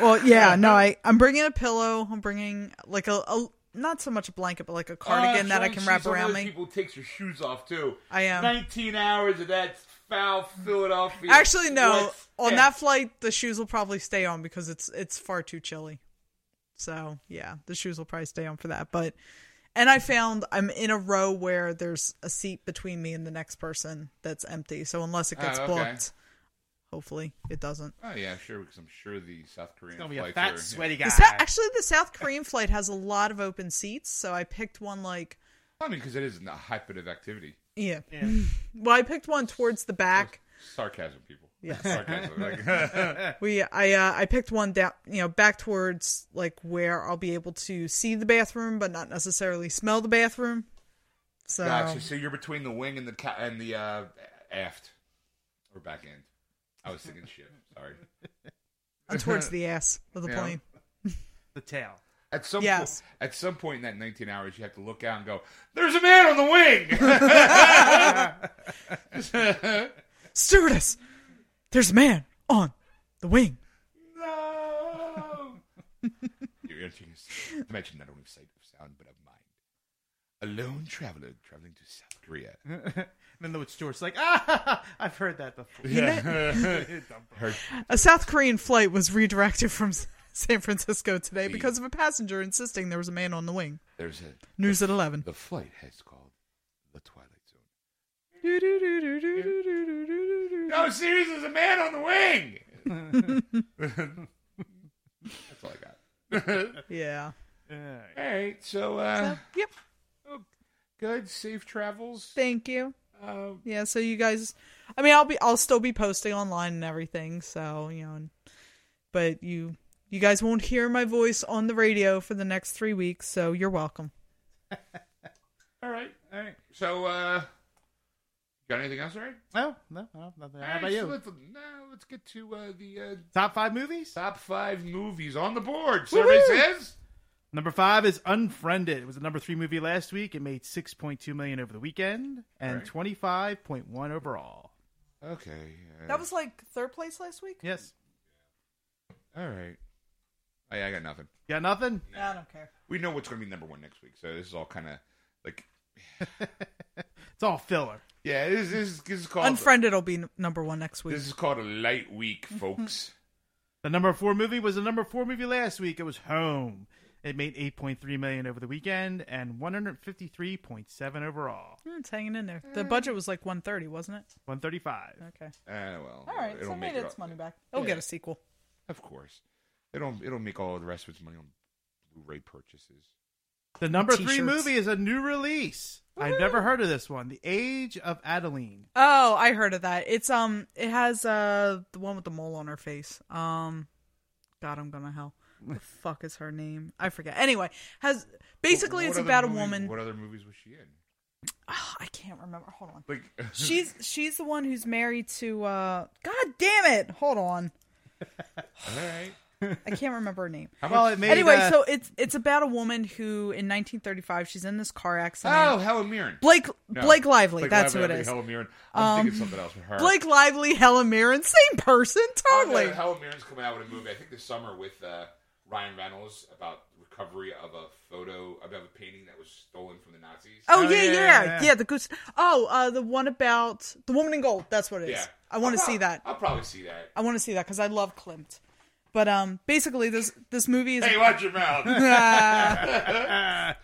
D: Well, yeah, no, I, I'm bringing a pillow. I'm bringing like a, a not so much a blanket, but like a cardigan
C: Oh,
D: that I
C: Sean,
D: can
C: see,
D: wrap
C: some of
D: around
C: those
D: me.
C: People takes your shoes off too.
D: I am.
C: Nineteen hours of that foul Philadelphia.
D: Actually, no.
C: What's
D: on
C: that?
D: that flight, the shoes will probably stay on because it's it's far too chilly. So yeah, the shoes will probably stay on for that. But and I found I'm in a row where there's a seat between me and the next person that's empty. So unless it gets
C: Oh, okay.
D: booked, hopefully it doesn't.
C: Oh yeah, sure. Because I'm sure the South Korean
B: It's gonna be a
C: flights
B: fat,
C: are-
B: sweaty guy.
D: The Sa- actually, the South Korean flight has a lot of open seats, so I picked one like
C: I mean, because it is a high bit of activity.
D: yeah.
B: Yeah.
D: *laughs* Well, I picked one towards the back.
C: Sarcasm, people.
D: Yes. *laughs*
C: Sarcasm. Like,
D: We I uh, I picked one down, you know, back towards like where I'll be able to see the bathroom, but not necessarily smell the bathroom. So
C: Gotcha. So you're between the wing and the ca- and the uh, aft or back end. I was thinking ship. Sorry.
D: I'm
C: *laughs*
D: towards the ass of the
C: Yeah.
D: plane.
B: the tail.
C: At some
D: Yes.
C: po- at some point in that 19 hours, you have to look out and go, "There's a man on the
D: *laughs*
C: wing."
D: Stewardess, there's a man on the wing.
C: no. *laughs* You're entering a dimension not only of sight, of sound, but of mind. A lone traveler traveling to South Korea.
B: And then the Stuart's like, *laughs* ah, I've heard that before. *laughs*
D: A South Korean flight was redirected from *laughs* S- San Francisco today because of a passenger insisting there was a man on the wing.
C: There's a
D: News at
C: *laughs*
D: eleven.
C: the flight has called the Twilight Zone. No, seriously, there's a man on the wing. *laughs* That's all I got.
D: Yeah.
C: All right, so uh,
D: Yep.
C: good, safe travels.
D: Thank you.
C: Uh,
D: yeah so you guys i mean i'll be i'll still be posting online and everything so you know and- but you you guys won't hear my voice on the radio for the next three weeks so you're welcome
C: all right,
B: All right.
C: so uh, got anything else, all right?
B: No, no, no, nothing. How
C: All
B: about
C: right, so
B: you?
C: let's, now let's get to uh, the uh,
B: Top five movies?
C: top five movies on the board. Survey says
B: Number five is Unfriended. It was the number three movie last week. It made six point two million over the weekend and
C: Right.
B: twenty five point one overall.
C: okay. Uh,
D: that was like third place last week
B: Yes.
C: all right. Oh, yeah, I got nothing.
B: You got nothing?
D: i don't care
C: We know what's going to be number one next week, so this is all kind of like
B: It's all filler.
C: yeah. This, this, is- this is called
D: unfriended will be n- number one next week
C: This is called a light week,
D: Mm-hmm.
C: folks.
B: The number four movie was the number four movie last week. It was Home. It made eight point three million over the weekend and one hundred fifty three point seven overall.
D: Mm, it's hanging in there the budget was like 130 wasn't it
B: One thirty five.
D: okay
C: Ah, well,
D: all right so made
C: it
D: its
C: up-
D: money back it'll
C: Yeah.
D: get a sequel
C: Of course, it'll it'll make all the rest of its money on Blu-ray purchases.
B: The number three
D: T-shirts.
B: movie is a new release. I've never heard of this one. The Age of Adeline.
D: oh i heard of that it's um it has uh the one with the mole on her face um god i'm gonna hell
C: *laughs*
D: the fuck is her name i forget anyway has basically
C: What
D: it's
C: other
D: about
C: movies-
D: a woman
C: What other movies was she in?
D: Ah, *sighs* i can't remember hold
C: *laughs*
D: on
C: Like
D: she's she's the one who's married to uh god damn it hold on
C: all right,
D: I can't remember her name.
C: *laughs* How
B: Well,
C: much-
B: it made
D: Anyway,
B: uh,
D: so it's it's about a woman who in 1935 she's in this car accident.
C: oh, Helen Mirren.
D: Blake
C: No,
D: Blake Lively, that's
C: Lively,
D: who
C: I
D: it
C: think
D: is. Um,
C: Helen Mirren. I'm thinking something else with her.
D: Blake Lively, Helen Mirren, same person,
C: Oh, no,
D: totally.
C: Helen Mirren's coming out with a movie. I think this summer with uh, Ryan Reynolds about recovery of a photo of a painting that was stolen from the Nazis.
D: Oh,
B: Oh,
D: yeah,
B: yeah,
D: yeah,
B: yeah.
D: yeah, The goose. Oh, uh, the one about the woman in gold. That's what it is.
C: yeah,
D: I want to
C: I'll
D: see
C: prob-
D: that.
C: I'll probably see that.
D: I want to see that because I love Klimt. But um, basically this this movie is
C: Hey, watch your
D: *laughs*
C: mouth. yeah,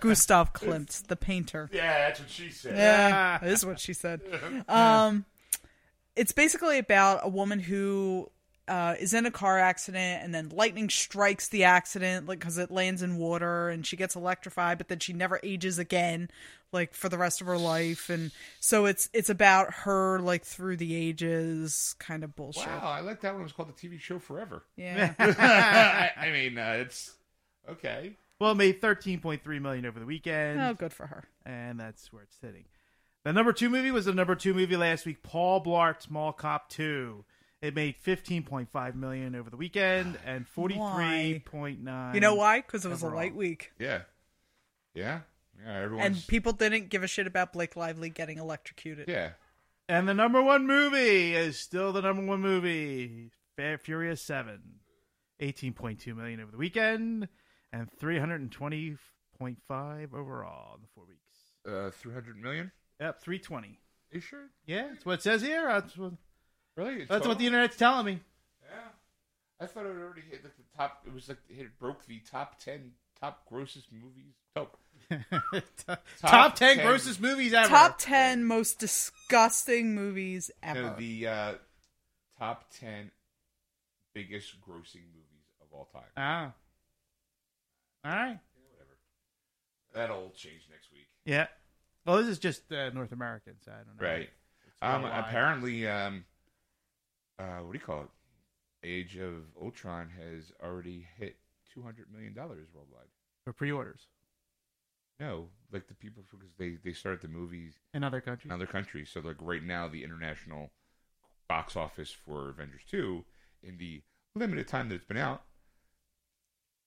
D: Gustav Klimt, the painter.
C: that's what she said.
D: Yeah, Eh, that is what she said. Um, it's basically about a woman who uh, is in a car accident, and then lightning strikes the accident, like because it lands in water, and she gets electrified, but then she never ages again, like for the rest of her life, and so it's it's about her like through the ages, kind of bullshit.
C: Wow, I like that one. It was called the TV show
D: *laughs*
C: Forever. *laughs*
D: Yeah,
C: I, I mean, uh, it's okay.
B: well, it made 13.3 million over the weekend,
D: oh, good for her.
B: and that's where it's sitting. The number two movie was the number two movie last week, Paul Blart Small Cop 2. It made 15.5 million over the
D: *sighs*
B: weekend and 43.9.
D: You know why? Because it was a
B: overall.
D: light week,
C: Yeah, yeah, yeah. Everyone's
D: and people didn't give a shit about Blake Lively getting electrocuted.
C: yeah.
B: And the number one movie is still the number one movie, Fa- Furious 7. 18.2 million over the weekend and 320.5 overall in the four weeks.
C: Uh, Three hundred million.
B: Yep, 320.
C: You sure?
B: Yeah, that's what it says here. That's what,
C: Really?
B: that's what the
C: Total?
B: internet's telling me.
C: Yeah. I thought it already hit like the top. It was like it broke the top ten top grossest movies. Oh,
B: top,
C: Top
B: 10
C: 10.
B: grossest movies ever.
D: top 10 most disgusting movies ever.
C: no, the uh, top ten biggest grossing movies of all time.
B: Ah. All right.
C: Yeah, whatever. That'll change next week,
B: Yeah. Well, this is just uh, North American, so I don't know.
C: right? Um,
B: worldwide.
C: apparently, um, uh, what do you call it? Age of Ultron has already hit two hundred million dollars worldwide.
B: For pre orders
C: No, like the people because they they started the movies
B: in other countries.
C: in other countries. So like right now, the international box office for Avengers two in the limited time that it's been out,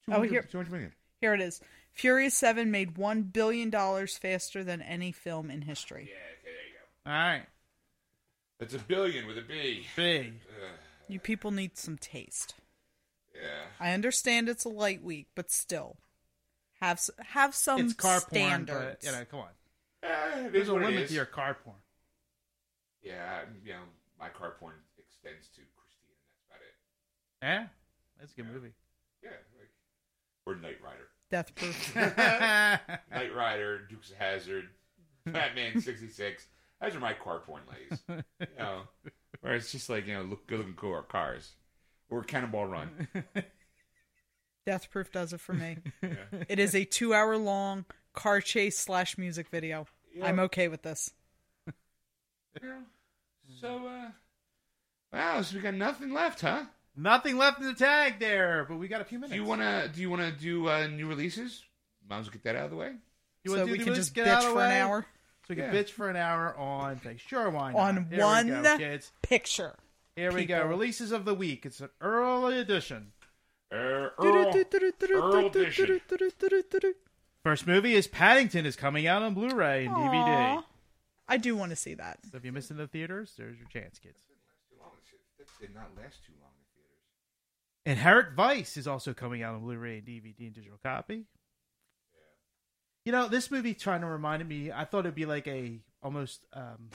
D: Oh,
C: 200
D: here-
C: 200 million.
D: Here it is. Furious 7 made $1 billion faster than any film in history.
C: okay, there you go.
B: All right.
C: That's a billion with a B.
B: Big.
D: You people need some taste.
C: Yeah.
D: I understand it's a light week, but still. Have s- have some
B: it's car porn,
D: standards.
B: but, you know, come on.
C: Eh, it
B: There's
C: is
B: a
C: what it
B: limit
C: is.
B: to your car porn.
C: Yeah, I'm- you know, my car porn extends to Christine, and that's about it.
B: Yeah. That's a good movie.
C: Yeah, like, or Knight *laughs* Rider,
D: Death proof. *laughs*
C: Knight Rider, Dukes of *laughs* Hazard, Batman sixty six. Those are my car porn *laughs* lays. you know, where it's just like you know, look good looking cool cars, or Cannonball Run. *laughs*
D: Death proof does it for me. It is a two hour long car chase slash music video. I'm okay with this.
C: Yeah. So, uh, wow, so we got nothing left, huh?
B: *laughs* Nothing left in the tag there, but we got a few minutes.
C: Do you wanna do you wanna do uh, new releases? Might as well get that out of the way.
B: You wanna
D: so
B: do
D: we
B: the
D: can
B: list,
D: just
B: get out of
D: bitch
B: the
D: for an
B: way?
D: hour.
B: So we can
C: Yeah.
B: bitch for an hour on things. Sure, why not?
D: On
B: Here we go,
D: one
B: kids.
D: Picture.
B: Here we go.
D: people.
B: Releases of the week. It's an early edition.
C: Er, Earl, Earl edition.
B: First movie is Paddington is coming out on Blu-ray and DVD.
D: Aw. I do want to see that.
B: So if you missed it in the theaters, there's your chance, kids.
C: That did not last too long in the theaters.
B: Inherit Vice is also coming out on Blu-ray and DVD and digital copy. You know, this movie trying to remind me. I thought it'd be like a almost um,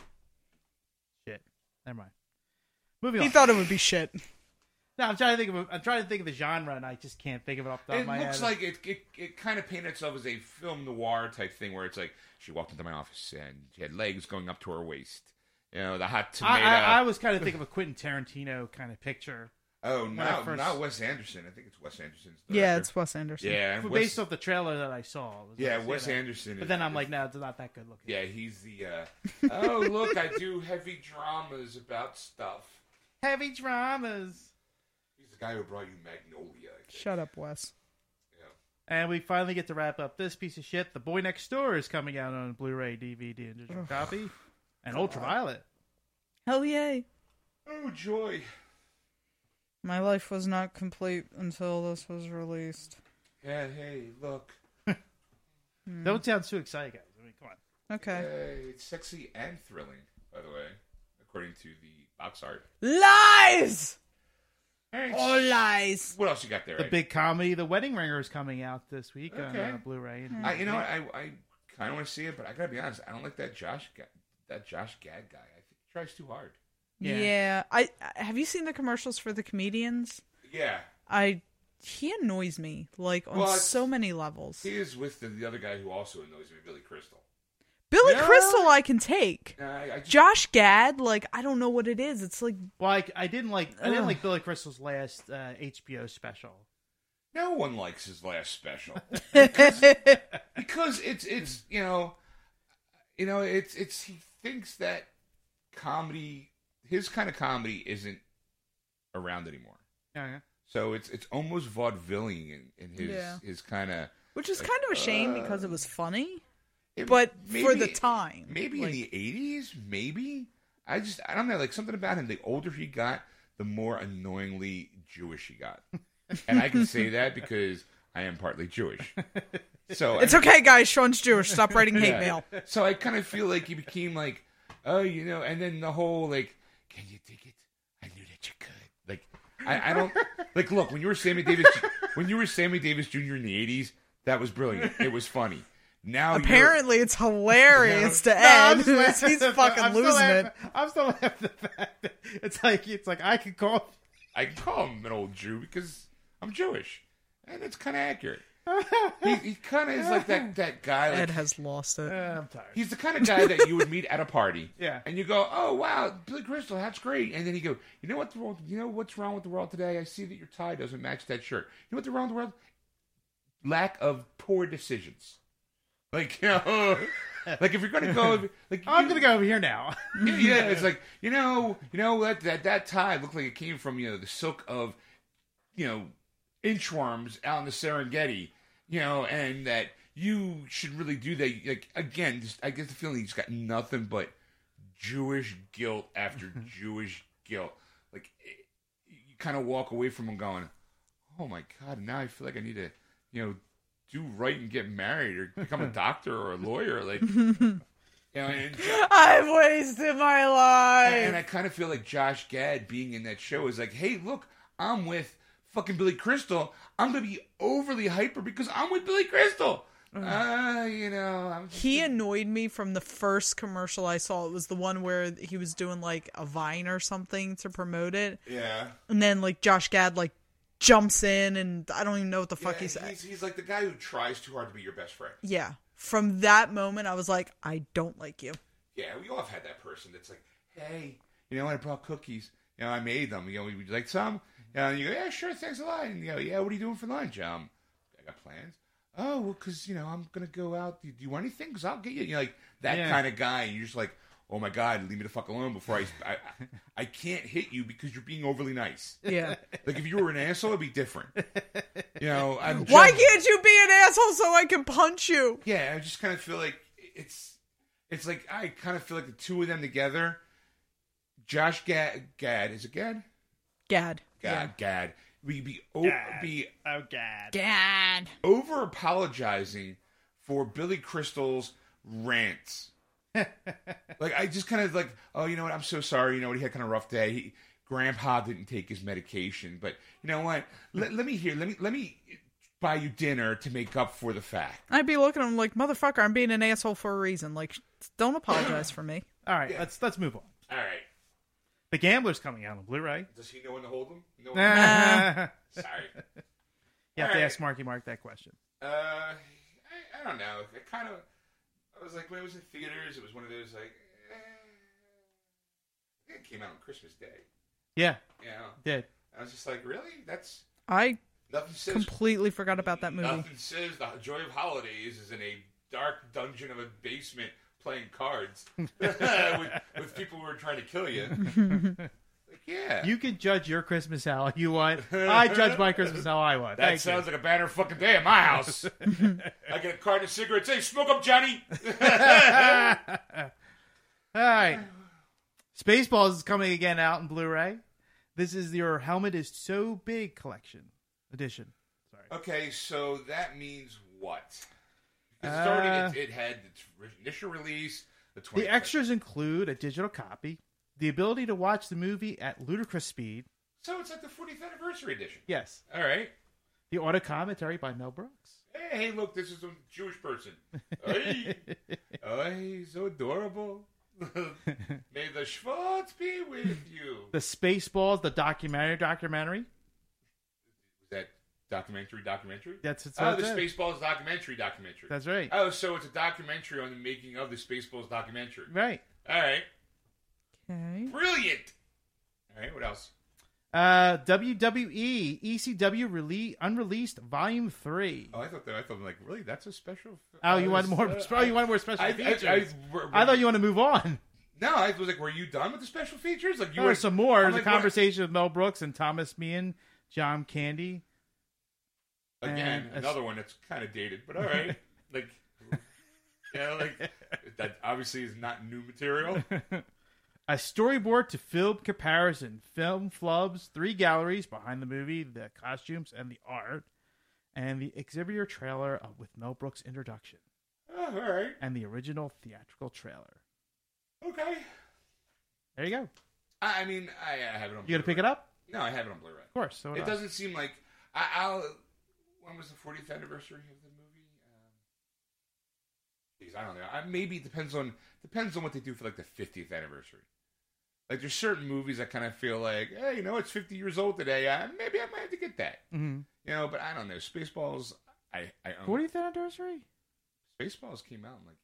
B: shit. Never mind. Moving
D: He
B: on.
D: thought it would be shit.
B: no, I'm trying to think of. A, I'm trying to think of the genre, and I just can't think of it off the top
C: It
B: of my
C: looks
B: head.
C: like it, it, it kind of painted itself as a film noir type thing where it's like she walked into my office and she had legs going up to her waist. You know, the hot
B: I,
C: tomato.
B: I, I was kind of thinking of a Quentin Tarantino kind of picture,
C: oh,
B: I
C: not,
B: first-
C: not Wes Anderson. I think it's Wes Anderson's.
D: Yeah,
C: director.
D: it's Wes Anderson.
C: Yeah, and
B: But
C: Wes-
B: based off the trailer that I saw. it was
C: Yeah,
B: like,
C: Wes
B: you know.
C: Anderson.
B: But
C: is-
B: then I'm
C: is-
B: like, no, it's not that good looking.
C: Yeah, he's the. Uh, oh, look, I do heavy dramas about stuff.
B: Heavy dramas.
C: He's the guy who brought you Magnolia. I think.
D: Shut up, Wes.
B: And we finally get to wrap up this piece of shit. The Boy Next Door is coming out on Blu-ray, DVD, and digital copy, and Ultraviolet.
D: Hell yay.
C: Oh, joy!
D: My life was not complete until this was released.
C: Yeah, hey, look. Hmm.
B: Don't sound too excited, guys. I mean, come on.
D: Okay.
C: Hey, it's sexy and thrilling, by the way, according to the box art.
D: Lies!
C: Hey,
D: All lies!
C: What else you got there?
B: The
C: Ed?
B: big comedy, The Wedding Ringer, is coming out this week on
C: Okay.
B: uh, Blu-ray. And
C: I, you know, what, I, I kind of want to see it, but I gotta be honest. I don't like that Josh, Ga- that Josh Gad guy. I think he tries too hard.
B: Yeah.
D: Yeah. I, I have you seen the commercials for the comedians?
C: Yeah,
D: I he annoys me like on
C: Well, it's-
D: so many levels.
C: he is with the, the other guy who also annoys me, Billy Crystal.
D: Billy
C: Yeah.
D: Crystal I can take.
C: And I, I just,
D: Josh Gad, like I don't know what it is. It's like
B: well, I, I didn't like I didn't
D: Ugh.
B: like Billy Crystal's last uh, HBO special.
C: *laughs* no one likes his last special *laughs*
D: yeah,
C: because it's it's you know, you know it's it's he thinks that comedy, his kind of comedy, isn't around anymore.
B: Yeah, yeah.
C: So it's it's almost vaudevilling in, in his
D: Yeah.
C: his kind of.
D: which is kind of a shame because it was funny.
C: It-
D: But for the time,
C: maybe
D: like-
C: in the eighties, maybe. I just I don't know, like something about him. The older he got, the more annoyingly Jewish he
D: *laughs*
C: got, and I can say that because I am partly Jewish. So
D: It's okay, guys. Sean's Jewish.
B: *laughs*
D: Stop writing hate
C: Yeah.
D: mail.
C: So I kind of feel like he became like, oh, you know, and then the whole like, can you dig it? I knew that you could. Like, I, I don't like. Look, when you were Sammy
D: *laughs*
C: Davis, when you were Sammy Davis Jr. in the '80s, that was brilliant. It was funny.
B: Oh,
C: Now you're-
D: Apparently, it's hilarious
B: *laughs*
D: to Ed. *laughs* because he's fucking
B: I'm still
D: losing
B: laughing-
D: it.
B: I'm still laughing at the fact that it's like it's like I could call.
C: I can call him an old Jew because I'm Jewish, and it's kind of accurate. *laughs* he he kind of is like that that guy. Like,
D: Ed has lost it.
B: Uh, I'm tired.
C: he's the kind of guy that you would meet at a party.
B: *laughs* Yeah.
C: And you go, "Oh wow, Billy Crystal, that's great." And then you go, "You know what the world? You know what's wrong with the world today? I see that your tie doesn't match that shirt. You know what's wrong with the world? Lack of poor decisions. Like *laughs* you know, like if you're gonna go, like
B: I'm
C: you-
B: gonna go over here now.
C: yeah, yeah, it's like you know, you know that that that tie looked like it came from you know the silk of, you know, inchworms out in the Serengeti, you know, and that you should really do that. Like again, just I get the feeling he's got nothing but Jewish guilt after Jewish guilt. Like it, you kind of walk away from him going, "Oh my god!" Now I feel like I need to, you know, do right and get married or become a doctor or a lawyer. Like, you know, and
D: I've wasted my
C: and
D: life.
C: I kind of feel like Josh Gad being in that show is like, hey, look, I'm with fucking Billy Crystal. I'm gonna be overly hyper because I'm with Billy Crystal.
D: Mm.
C: Uh, you know, I'm just,
D: He annoyed me from the first commercial I saw. It was the one where he was doing like a vine or something to promote it,
C: yeah.
D: and then like Josh Gad like jumps in, and I don't even know what the fuck he
C: he's,
D: said.
C: he's, like the guy who tries too hard to be your best friend.
D: Yeah. From that moment, I was like, I don't like you.
C: Yeah, we all have had that person that's like, hey, you know, I brought cookies. You know, I made them. You know, would you like some? And you go, yeah, sure, thanks a lot. And you go, yeah, what are you doing for lunch? Um, I got plans. Oh, well, because, you know, I'm going to go out. Do you want anything? Because I'll get you. you know, like that
B: Yeah.
C: kind of guy. And you're just like, oh my God, leave me the fuck alone before I, I, I can't hit you because you're being overly nice.
D: Yeah.
C: Like if you were an asshole, it'd be different. You know,
B: *laughs*
C: I'm
D: Why
C: joking.
D: can't you be an asshole so I can punch you?
C: Yeah, I just kind of feel like it's it's like I kind of feel like the two of them together. Josh Gad, Gad is it Gad?
D: Gad.
C: Gad, Gad. We be o-
B: Gad.
C: be
B: Oh god.
D: Gad.
C: over apologizing for Billy Crystal's rants. like I just kind of like, oh, you know what? I'm so sorry. You know what? He had kind of a rough day. He, Grandpa didn't take his medication, but you know what? Let, let me hear. Let me let me buy you dinner to make up for the fact.
D: I'd be looking at him like, motherfucker, I'm being an asshole for a reason. Like, don't apologize for me.
B: All right, let's let's move on.
C: All right.
B: The Gambler's coming out on Blu-ray.
C: Does he know when to hold him? No
B: *laughs* you have
C: Sorry.
B: to ask Marky Mark that question.
C: Uh, I, I don't know. I kind of. I was like, when it was in theaters, it was one of those like. Eh, I think it came out on Christmas Day.
B: Yeah,
C: You know,
B: did.
C: I was just like, really? That's
D: I
C: nothing says.
D: completely forgot about that movie.
C: Nothing says the joy of holidays is in a dark dungeon of a basement playing
D: *laughs*
C: cards with, with people who are trying to kill you. like, yeah.
B: You can judge your Christmas how *laughs* you want. I judge my Christmas how I want.
C: That
B: Thank
C: sounds like a banner fucking day at my
D: *laughs*
C: house. I get a carton of cigarettes. Hey, smoke up, Johnny.
B: *laughs* you. All right. Spaceballs is coming again out in Blu-ray. This is your helmet is so big collection edition. Sorry.
C: Okay, so that means what?
B: Uh,
C: Because it's already, it, it had its re- initial release, the 20
B: The extras include a digital copy, the ability to watch the movie at ludicrous speed.
C: So it's like the 40th anniversary edition.
B: Yes.
C: All right.
B: The auto commentary by Mel Brooks. *laughs*
C: Hey, hey, look, this is a Jewish person. Hey, hey
B: *laughs*
C: so adorable. May the Schwartz be with you.
B: The Spaceballs, the documentary documentary.
C: Is that documentary documentary?
B: That's it's
C: Oh,
B: what
C: the
B: it says.
C: Spaceballs documentary documentary.
B: That's right.
C: Oh, so it's a documentary on the making of the Spaceballs documentary.
B: Right.
C: All right.
D: Okay.
C: Brilliant. All right, what else?
B: Uh, E WWE ECW rele- unreleased volume three.
C: Oh, I thought that. I thought, like, really? That's a special.
B: Oh, you want
C: uh,
B: more?
C: uh,
B: oh, you want more special
C: I, I,
B: features?
C: I,
B: I, thought you want to move on.
C: No, I was like, were you done with the special features? Like, you
B: You were
C: were
B: some more.
C: I'm
B: There's
C: like,
B: a
C: what-
B: conversation with Mel Brooks and Thomas Meehan, John Candy.
C: Again,
B: And a-
C: another one that's kind of dated, but
B: *laughs*
C: all right. like, yeah, like that obviously is not new
B: *laughs*
C: material.
B: A storyboard to film comparison, film flubs, three galleries behind the movie, the costumes and the art, and the exhibitor trailer of- with Mel Brooks' introduction
C: Oh, all right,
B: and the original theatrical trailer.
C: okay.
B: There you go.
C: I, I mean, I, I have it on.
B: You gonna pick it up?
C: No, I have it on Blu-ray.
B: Of course. So would
C: It
B: I.
C: doesn't seem like I, I'll. When was the 40th anniversary of the movie? Um, geez, I don't know. I, maybe it depends on depends on what they do for like the 50th anniversary. Like there's certain movies I kind of feel like, hey, you know, it's 50 years old today. Uh, maybe I might have to get that.
B: Mhm.
C: You know, but I don't know. Spaceballs, I I own.
B: 40th anniversary?
C: Spaceballs came out in like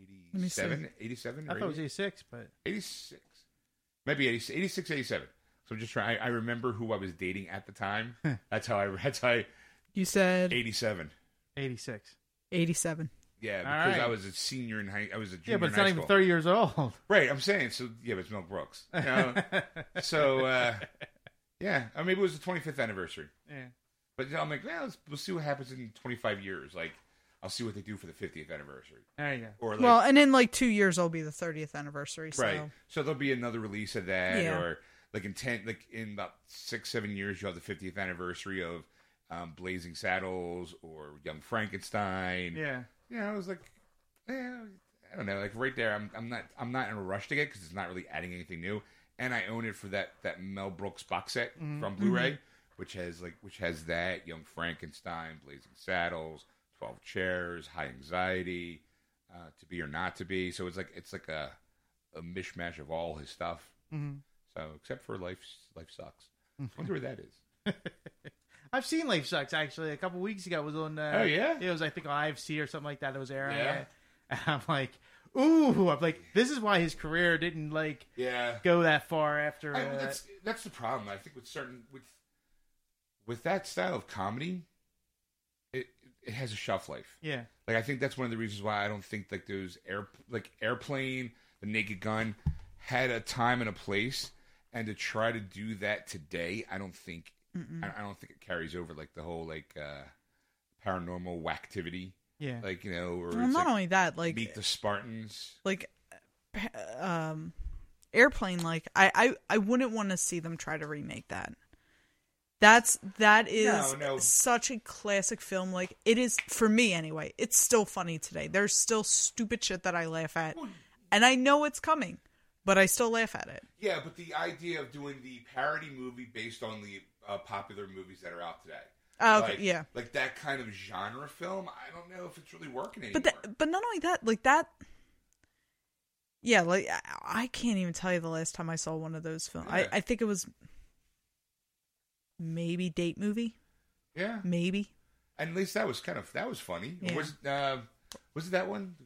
C: 80,
D: Let me see.
C: 87, 87
B: I
C: or
B: thought it was
C: 80?
B: 86, but
C: 86. Maybe 86, 86, 87. So I'm just trying. I remember who I was dating at
B: *laughs*
C: the time. that's how I. That's how I.
D: You said
C: 87.
B: 86.
D: 87.
C: Yeah,
B: All
C: because I
B: right.
C: was a senior in high. I was a junior
B: Yeah, but
C: in
B: it's
C: high
B: not
C: school.
B: even 30 years old.
C: Right, I'm saying. So yeah, but it's Mel Brooks.
B: *laughs*
C: You know? so uh, yeah, or maybe it was the 25th anniversary.
B: Yeah.
C: But you know, I'm like, well, let's, we'll see what happens in 25 years. Like, I'll see what they do for the 50th anniversary.
B: There you go.
C: Or like,
D: well, and in like two years, it'll be the 30th anniversary. So.
C: right. So there'll be another release of that,
D: Yeah.
C: or like in ten, like in about six, seven years, you'll have the 50th anniversary of um, Blazing Saddles or Young Frankenstein.
B: Yeah.
C: you know, I was like, yeah, I don't know, like right there. I'm, I'm not, I'm not in a rush to get because it's not really adding anything new, and I own it for that that Mel Brooks box set from Blu-ray, which has like, which has that Young Frankenstein, Blazing Saddles, Twelve Chairs, High Anxiety, uh, To Be or Not to Be. So it's like, it's like a a mishmash of all his stuff.
B: hmm
C: So except for Life, Life Sucks. I wonder where that is.
B: I've seen Life Sucks actually. A couple weeks ago, it was on. Uh,
C: Oh, yeah?
B: it was I think on IFC or something like that. It was airing.
C: Yeah.
B: And *laughs* I'm like, ooh, I'm like, this is why his career didn't like
C: Yeah.
B: go that far after.
C: I, well,
B: uh,
C: that's that's the problem. I think with certain with with that style of comedy, it it has a shelf life.
B: yeah,
C: Like I think that's one of the reasons why I don't think like those air like airplane, the Naked Gun, had a time and a place. And to try to do that today, I don't think I, I don't think it carries over. Like the whole like uh paranormal activity,
B: yeah.
C: like you know, or
D: Well,
C: it's
D: not
C: like,
D: only that, like
C: meet the Spartans.
D: like pa- um airplane like I I I wouldn't want to see them try to remake that. That's that is
C: No, no.
D: such a classic film like it is for me anyway. It's still funny today. There's still stupid shit that I laugh at. And I know it's coming, but I still laugh at it.
C: Yeah, but the idea of doing the parody movie based on the uh, popular movies that are out today.
D: Oh, okay,
C: like,
D: yeah.
C: like that kind of genre film. I don't know if it's really working anymore.
D: But that but not only that, like that yeah, like I, I can't even tell you the last time I saw one of those films.
C: Yeah.
D: I, I think it was maybe date movie,
C: yeah,
D: maybe.
C: and at least that was kind of that was funny.
D: Yeah.
C: Was uh, was it that one?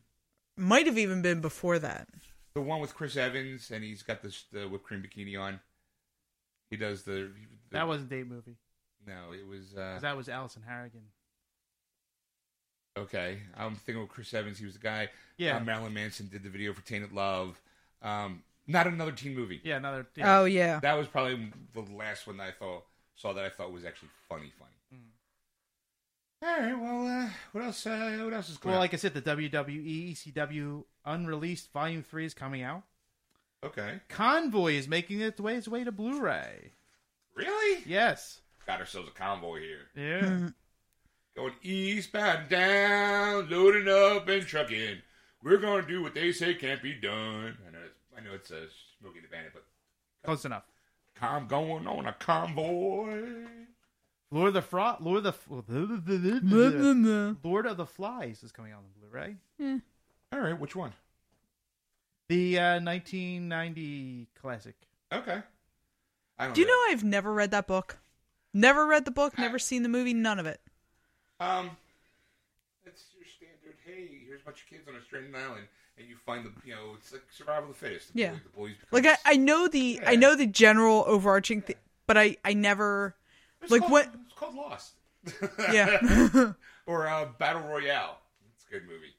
D: might have even been before that.
C: The one with Chris Evans and he's got this the whipped cream bikini on. He does the, the
B: that wasn't date movie.
C: no. It was uh,
B: 'Cause that was Allison Harrigan.
C: okay. I'm thinking of Chris Evans. He was the guy.
B: Yeah.
C: uh, Marilyn Manson did the video for "Tainted Love." Um, not another teen movie.
B: Yeah, another. Yeah.
D: Oh yeah,
C: That was probably the last one that I thought saw that I thought was actually funny. Funny. All right. Well, uh, what else? Uh, what else is going
B: well,
C: on?
B: E like I said, the WWE ECW unreleased volume three is coming out.
C: Okay.
B: Convoy is making its way, its way to Blu-ray.
C: Really?
B: Yes.
C: Got ourselves a convoy here.
B: *laughs* Yeah.
C: Going eastbound, down, loading up and trucking. We're gonna do what they say can't be done. I know it's I know it's a Smokey the Bandit, but
B: Close enough.
C: I'm going on a convoy.
B: Lord of the Fro- Lord of *laughs* the
D: Blah-blah-blah.
B: Lord of the Flies is coming out on Blu-ray.
C: All right, which one?
B: The uh, 1990 classic.
C: Okay. I don't
D: *laughs* Do you know I've never read that book? Never read the book, never seen the movie, none of it.
C: Um, that's your standard. Hey, here's a bunch of kids on a stranded island, and you find the you know it's like survival of the fittest. The
D: Yeah.
C: boy- the boys become-
D: Like I, I know the I know the general overarching thing, but I I never
C: It's
D: like
C: called,
D: what
C: It's called Lost.
D: yeah.
C: *laughs* or uh, Battle Royale. It's a good movie.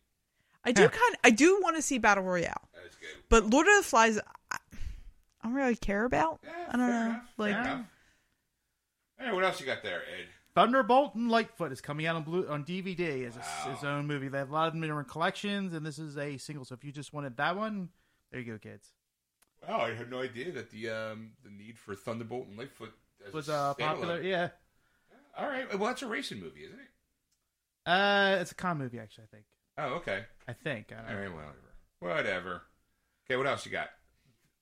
D: I do kind of, I do want to see Battle Royale,
C: That's good.
D: but Lord of the Flies I, I don't really care about.
C: Yeah,
D: I don't
C: fair
D: know.
C: enough, fair
D: Like
C: enough. All right, what else you got there, Ed?
B: Thunderbolt and Lightfoot is coming out on blue on DVD as a,
C: Wow.
B: its own movie. They have a lot of them in their collections, and this is a single. So if you just wanted that one, there you go, kids.
C: Wow, Oh, I had no idea that the um the need for Thunderbolt and Lightfoot as
B: Was
C: a
B: uh,
C: standalone-
B: popular, yeah.
C: All right, well that's a racing movie, isn't it?
B: Uh, it's a con movie, actually. I think.
C: Oh, okay.
B: I think. I
C: All
B: don't know.
C: right, whatever. Whatever. Okay, what else you got?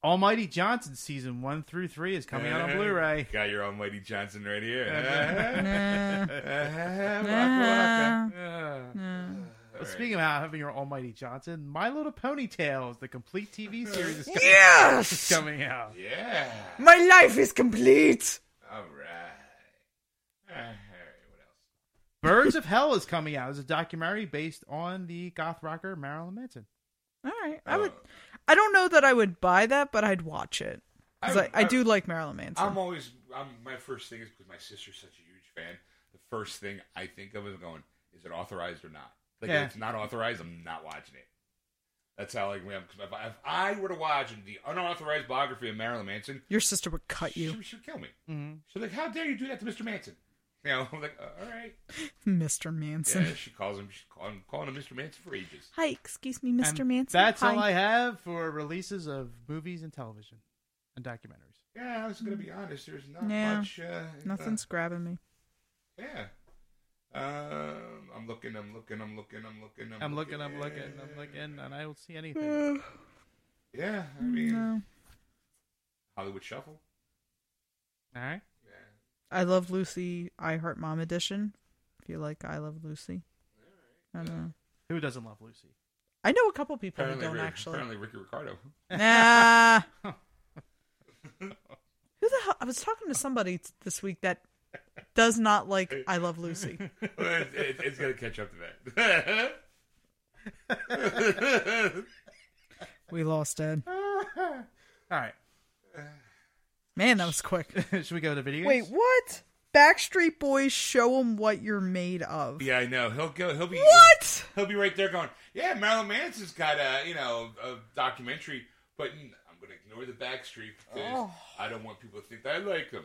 B: Almighty Johnson season one through three is coming out on
C: *laughs*
B: Blu-ray. *laughs*
C: Got your Almighty Johnson right here. *laughs*
D: Uh-huh.
C: Uh-huh.
D: Nah. Uh-huh.
C: Waka, waka.
B: But speaking about having your Almighty Johnson, My Little Ponytail is the complete TV series is coming,
D: yes,
B: is coming out.
C: Yeah.
D: my life is complete.
C: All right. All right. What else?
B: Birds of Hell is coming out. It's a documentary based on the goth rocker Marilyn Manson.
D: All right,
C: Oh.
D: I
C: Um,
D: would. I don't know that I would buy that, but I'd watch it because I, I, do like Marilyn Manson.
C: I'm always. I'm, my first thing is because my sister's such a huge fan. The first thing I think of is going, is it authorized or not? Like
B: Yeah.
C: if it's not authorized, I'm not watching it. That's how like we have. 'cause If I, if I were to watch the unauthorized biography of Marilyn Manson,
D: Your sister would cut you,
C: She, she'll kill me.
B: Mm-hmm.
C: She's like, "How dare you do that to Mr. Manson?" You know, *laughs* I'm like, "Uh, "All right."
D: *laughs* Mr. Manson.
C: Yeah, she calls him. She's calling, calling him Mr. Manson for ages.
D: Hi, excuse me, Mr.
B: And
D: Manson.
B: That's
D: Hi.
B: all I have for releases of movies and television and documentaries.
C: Yeah, I was gonna be honest. There's not
D: Yeah.
C: much. Uh,
D: Nothing's grabbing me.
C: uh, yeah. Um, I'm looking. I'm looking. I'm looking. I'm looking. I'm,
B: I'm looking, I'm looking, I'm looking, and I don't see anything.
D: Uh,
C: Yeah, I mean,
D: no.
C: Hollywood Shuffle.
D: Hmm.
B: All right.
C: Yeah.
D: I love Lucy. I Heart Mom edition. If you like, I love Lucy. I don't know.
B: Who doesn't love Lucy? *laughs*
D: I know a couple people who
C: Apparently,
D: don't
C: Rick,
D: actually.
C: apparently Ricky Ricardo. *laughs*
D: Nah. Who the hell? I was talking to somebody t- this week that does not like I Love Lucy.
C: it's, it's- it's gonna catch up to that. *laughs*
D: We lost Ed.
B: All right.
D: Man, that was quick.
B: Should we go to video
D: Wait,
B: games?
D: what? Backstreet Boys, show them what you're made of.
C: yeah, I know. He'll go. He'll be.
D: What?
C: he'll be right there going, "Yeah, Marilyn Manson's got a you know a documentary, but n- I'm going to ignore the backstreet because I don't want people to think that I like him."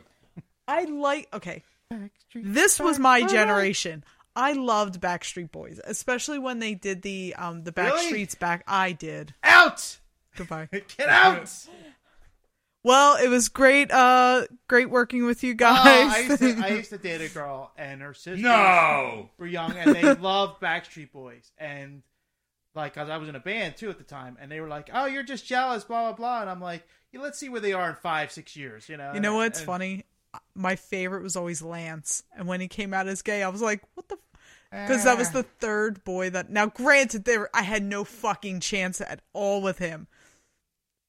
D: I like. Okay,
B: Backstreet
D: this was my generation. I loved Backstreet Boys, especially when they did the um the
B: Really?
D: Backstreets back. I did.
B: Out!
D: Goodbye.
B: Get out!
D: well, it was great. Uh, great working with you
B: Oh, *laughs* I,
D: guys.
B: used to,
D: *laughs*
B: I used to date a girl, and her sister.
C: No,
B: were young and they loved Backstreet Boys and like 'cause I was in a band too at the time and they were like, "Oh, you're just jealous," blah blah blah, and I'm like, yeah, "Let's see where they are in five six years," you know.
D: You know what's
B: And-
D: funny? Uh, My favorite was always Lance, and when he came out as gay, I was like, "What the?" Because that was the third boy that. Now, granted, there I had no fucking chance at all with him,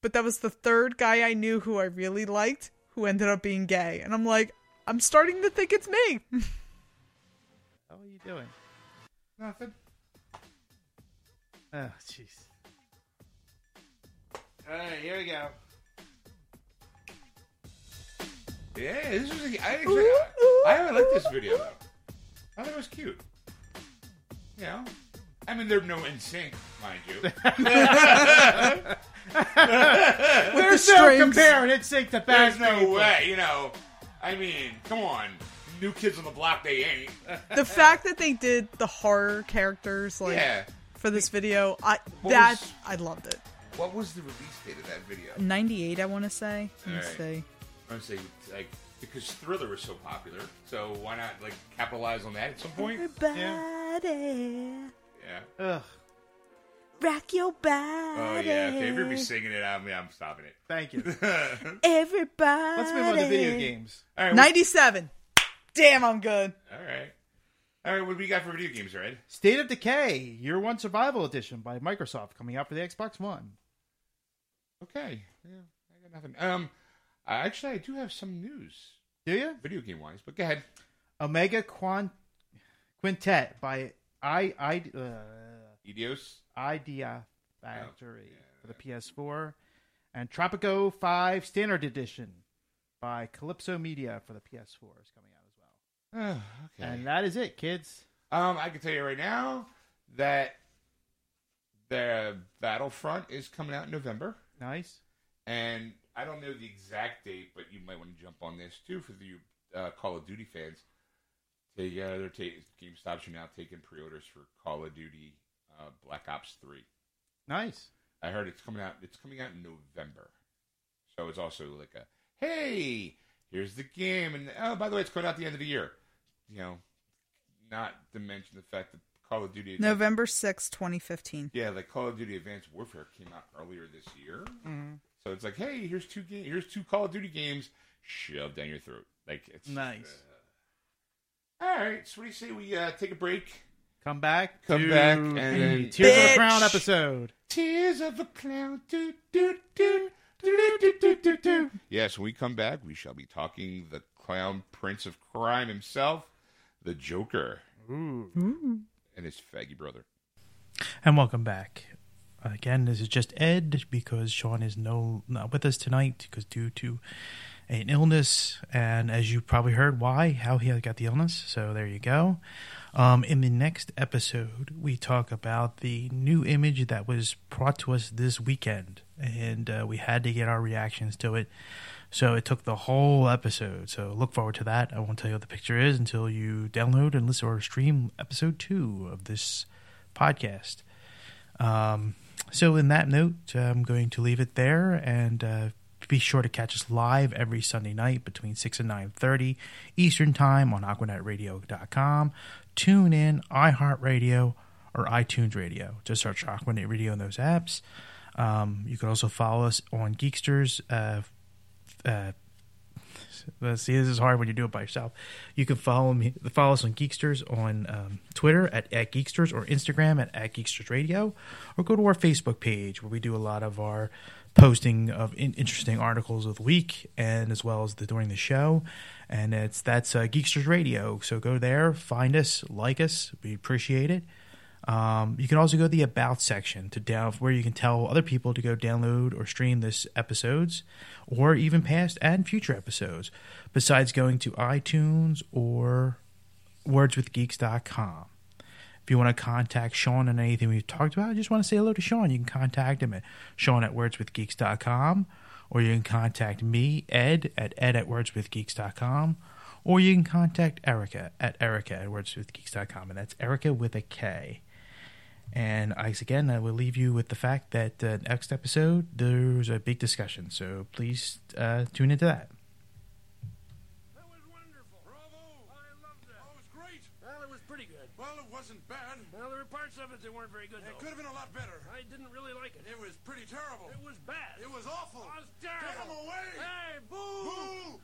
D: but that was the third guy I knew who I really liked, who ended up being gay, and I'm like, I'm starting to think it's
C: *laughs*
D: me.
B: How are you doing?
C: nothing.
B: Oh, jeez. All right, here we go.
C: Yeah, this was. A, I actually, I haven't liked this video though. I thought it was cute. You know, I mean, they're no in sync, mind *laughs* you.
B: There's
D: the
B: no
D: strings.
B: comparing it sync to
C: There's
B: Backstreet
C: no
B: Boys.
C: way, you know. I mean, come on, new kids on the block, they ain't.
D: the fact that they did the horror characters like
C: Yeah.
D: for this video, I
C: What
D: that
C: was-
D: I loved it.
C: What was the release date of that video?
D: 98, I want to say. Let me
C: Alright.
D: see.
C: I'm saying like because Thriller was so popular, so why not like capitalize on that at some
B: *laughs*
C: point?
D: Everybody,
C: Yeah.
B: Ugh.
D: rock your body.
C: Oh yeah. If you hear me singing it, I'm I'm stopping it. *laughs*
B: Thank you.
D: Everybody.
B: Let's move on to video games.
C: All right.
D: 97. Damn, I'm good.
C: All right. All right. What do we got for video games, Red?
B: State of Decay Year One Survival Edition by Microsoft coming out for the Xbox One.
C: Okay. Yeah. I got nothing. Um. I, actually, I do have some news,
B: Do you?
C: video game wise, but go ahead.
B: Omega Quan- Quintet by I I uh,
C: Edios.
B: Idea
C: Oh,
B: Factory for the PS4, and Tropico 5 Standard Edition by Calypso Media for the PS4 is coming out as well.
C: Oh, *sighs* okay.
B: And that is it, kids.
C: Um, I can tell you right now that the Battlefront is coming out in November,
B: Nice.
C: and I don't know the exact date, but you might want to jump on this too for the uh, Call of Duty fans. They uh, they're taking GameStop's are now taking pre-orders for Call of Duty uh, Black Ops Three.
B: Nice.
C: I heard it's coming out. It's coming out in November, so it's also like a hey, here's the game, and oh by the way, it's coming out the end of the year. You know, not to mention the fact that Call of Duty
D: November sixth, 2015.
C: yeah, like Call of Duty Advanced Warfare came out earlier this year, so it's like, hey, here's two game, here's two Call of Duty games shoved down your throat. Like it's
B: Nice.
C: uh, all right, so what do you say we uh, take a break?
B: Come back.
C: Come
B: to
C: back and then-
B: Tears of the
D: Bitch.
B: Crown episode.
C: Tears of a clown, do do do do do do do do. Yes, when we come back, we shall be talking the clown prince of crime himself, the Joker, and his faggy brother.
A: And welcome back. Again, this is just Ed because Sean is no not with us tonight because due to an illness, and as you probably heard, why how he got the illness. So there you go. Um, in the next episode, we talk about the new image that was brought to us this weekend, and uh, we had to get our reactions to it. So it took the whole episode. So look forward to that. I won't tell you what the picture is until you download and listen or stream episode two of this podcast. Um, so, in that note, I'm going to leave it there, and uh, be sure to catch us live every Sunday night between six and nine thirty Eastern Time on AquanetRadio.com. Tune in iHeartRadio or iTunes Radio. Just search Aquanet Radio in those apps. Um, you can also follow us on Geeksters. Uh, uh, let's see, this is hard when you do it by yourself. You can follow me, follow us on Geeksters on um, Twitter at, at Geeksters or Instagram at, at Geeksters Radio, or go to our Facebook page where we do a lot of our posting of in, interesting articles of the week and as well as the during the show. And it's that's uh, Geeksters Radio. So go there, find us, like us. We appreciate it. Um, you can also go to the about section to down where you can tell other people to go download or stream this episodes or even past and future episodes besides going to iTunes or wordswithgeeks.com. If you want to contact Sean on anything we've talked about, I just want to say hello to Sean. You can contact him at Sean at wordswithgeeks.com, or you can contact me, Ed, at Ed at wordswithgeeks.com, or you can contact Erica at Erica at wordswithgeeks.com, and that's Erica with a K. And I, again, I will leave you with the fact that uh, next episode, there's a big discussion. So please uh, tune into that.
E: That was wonderful. Bravo! I loved that. Oh, it was great. Well, it was pretty good. Well, it wasn't bad. Well, there were parts of it that weren't very good. It could have been a lot better. I didn't really like it. It was pretty terrible. It was bad. It was awful. It was terrible. Get him away! Hey, boo! Boo!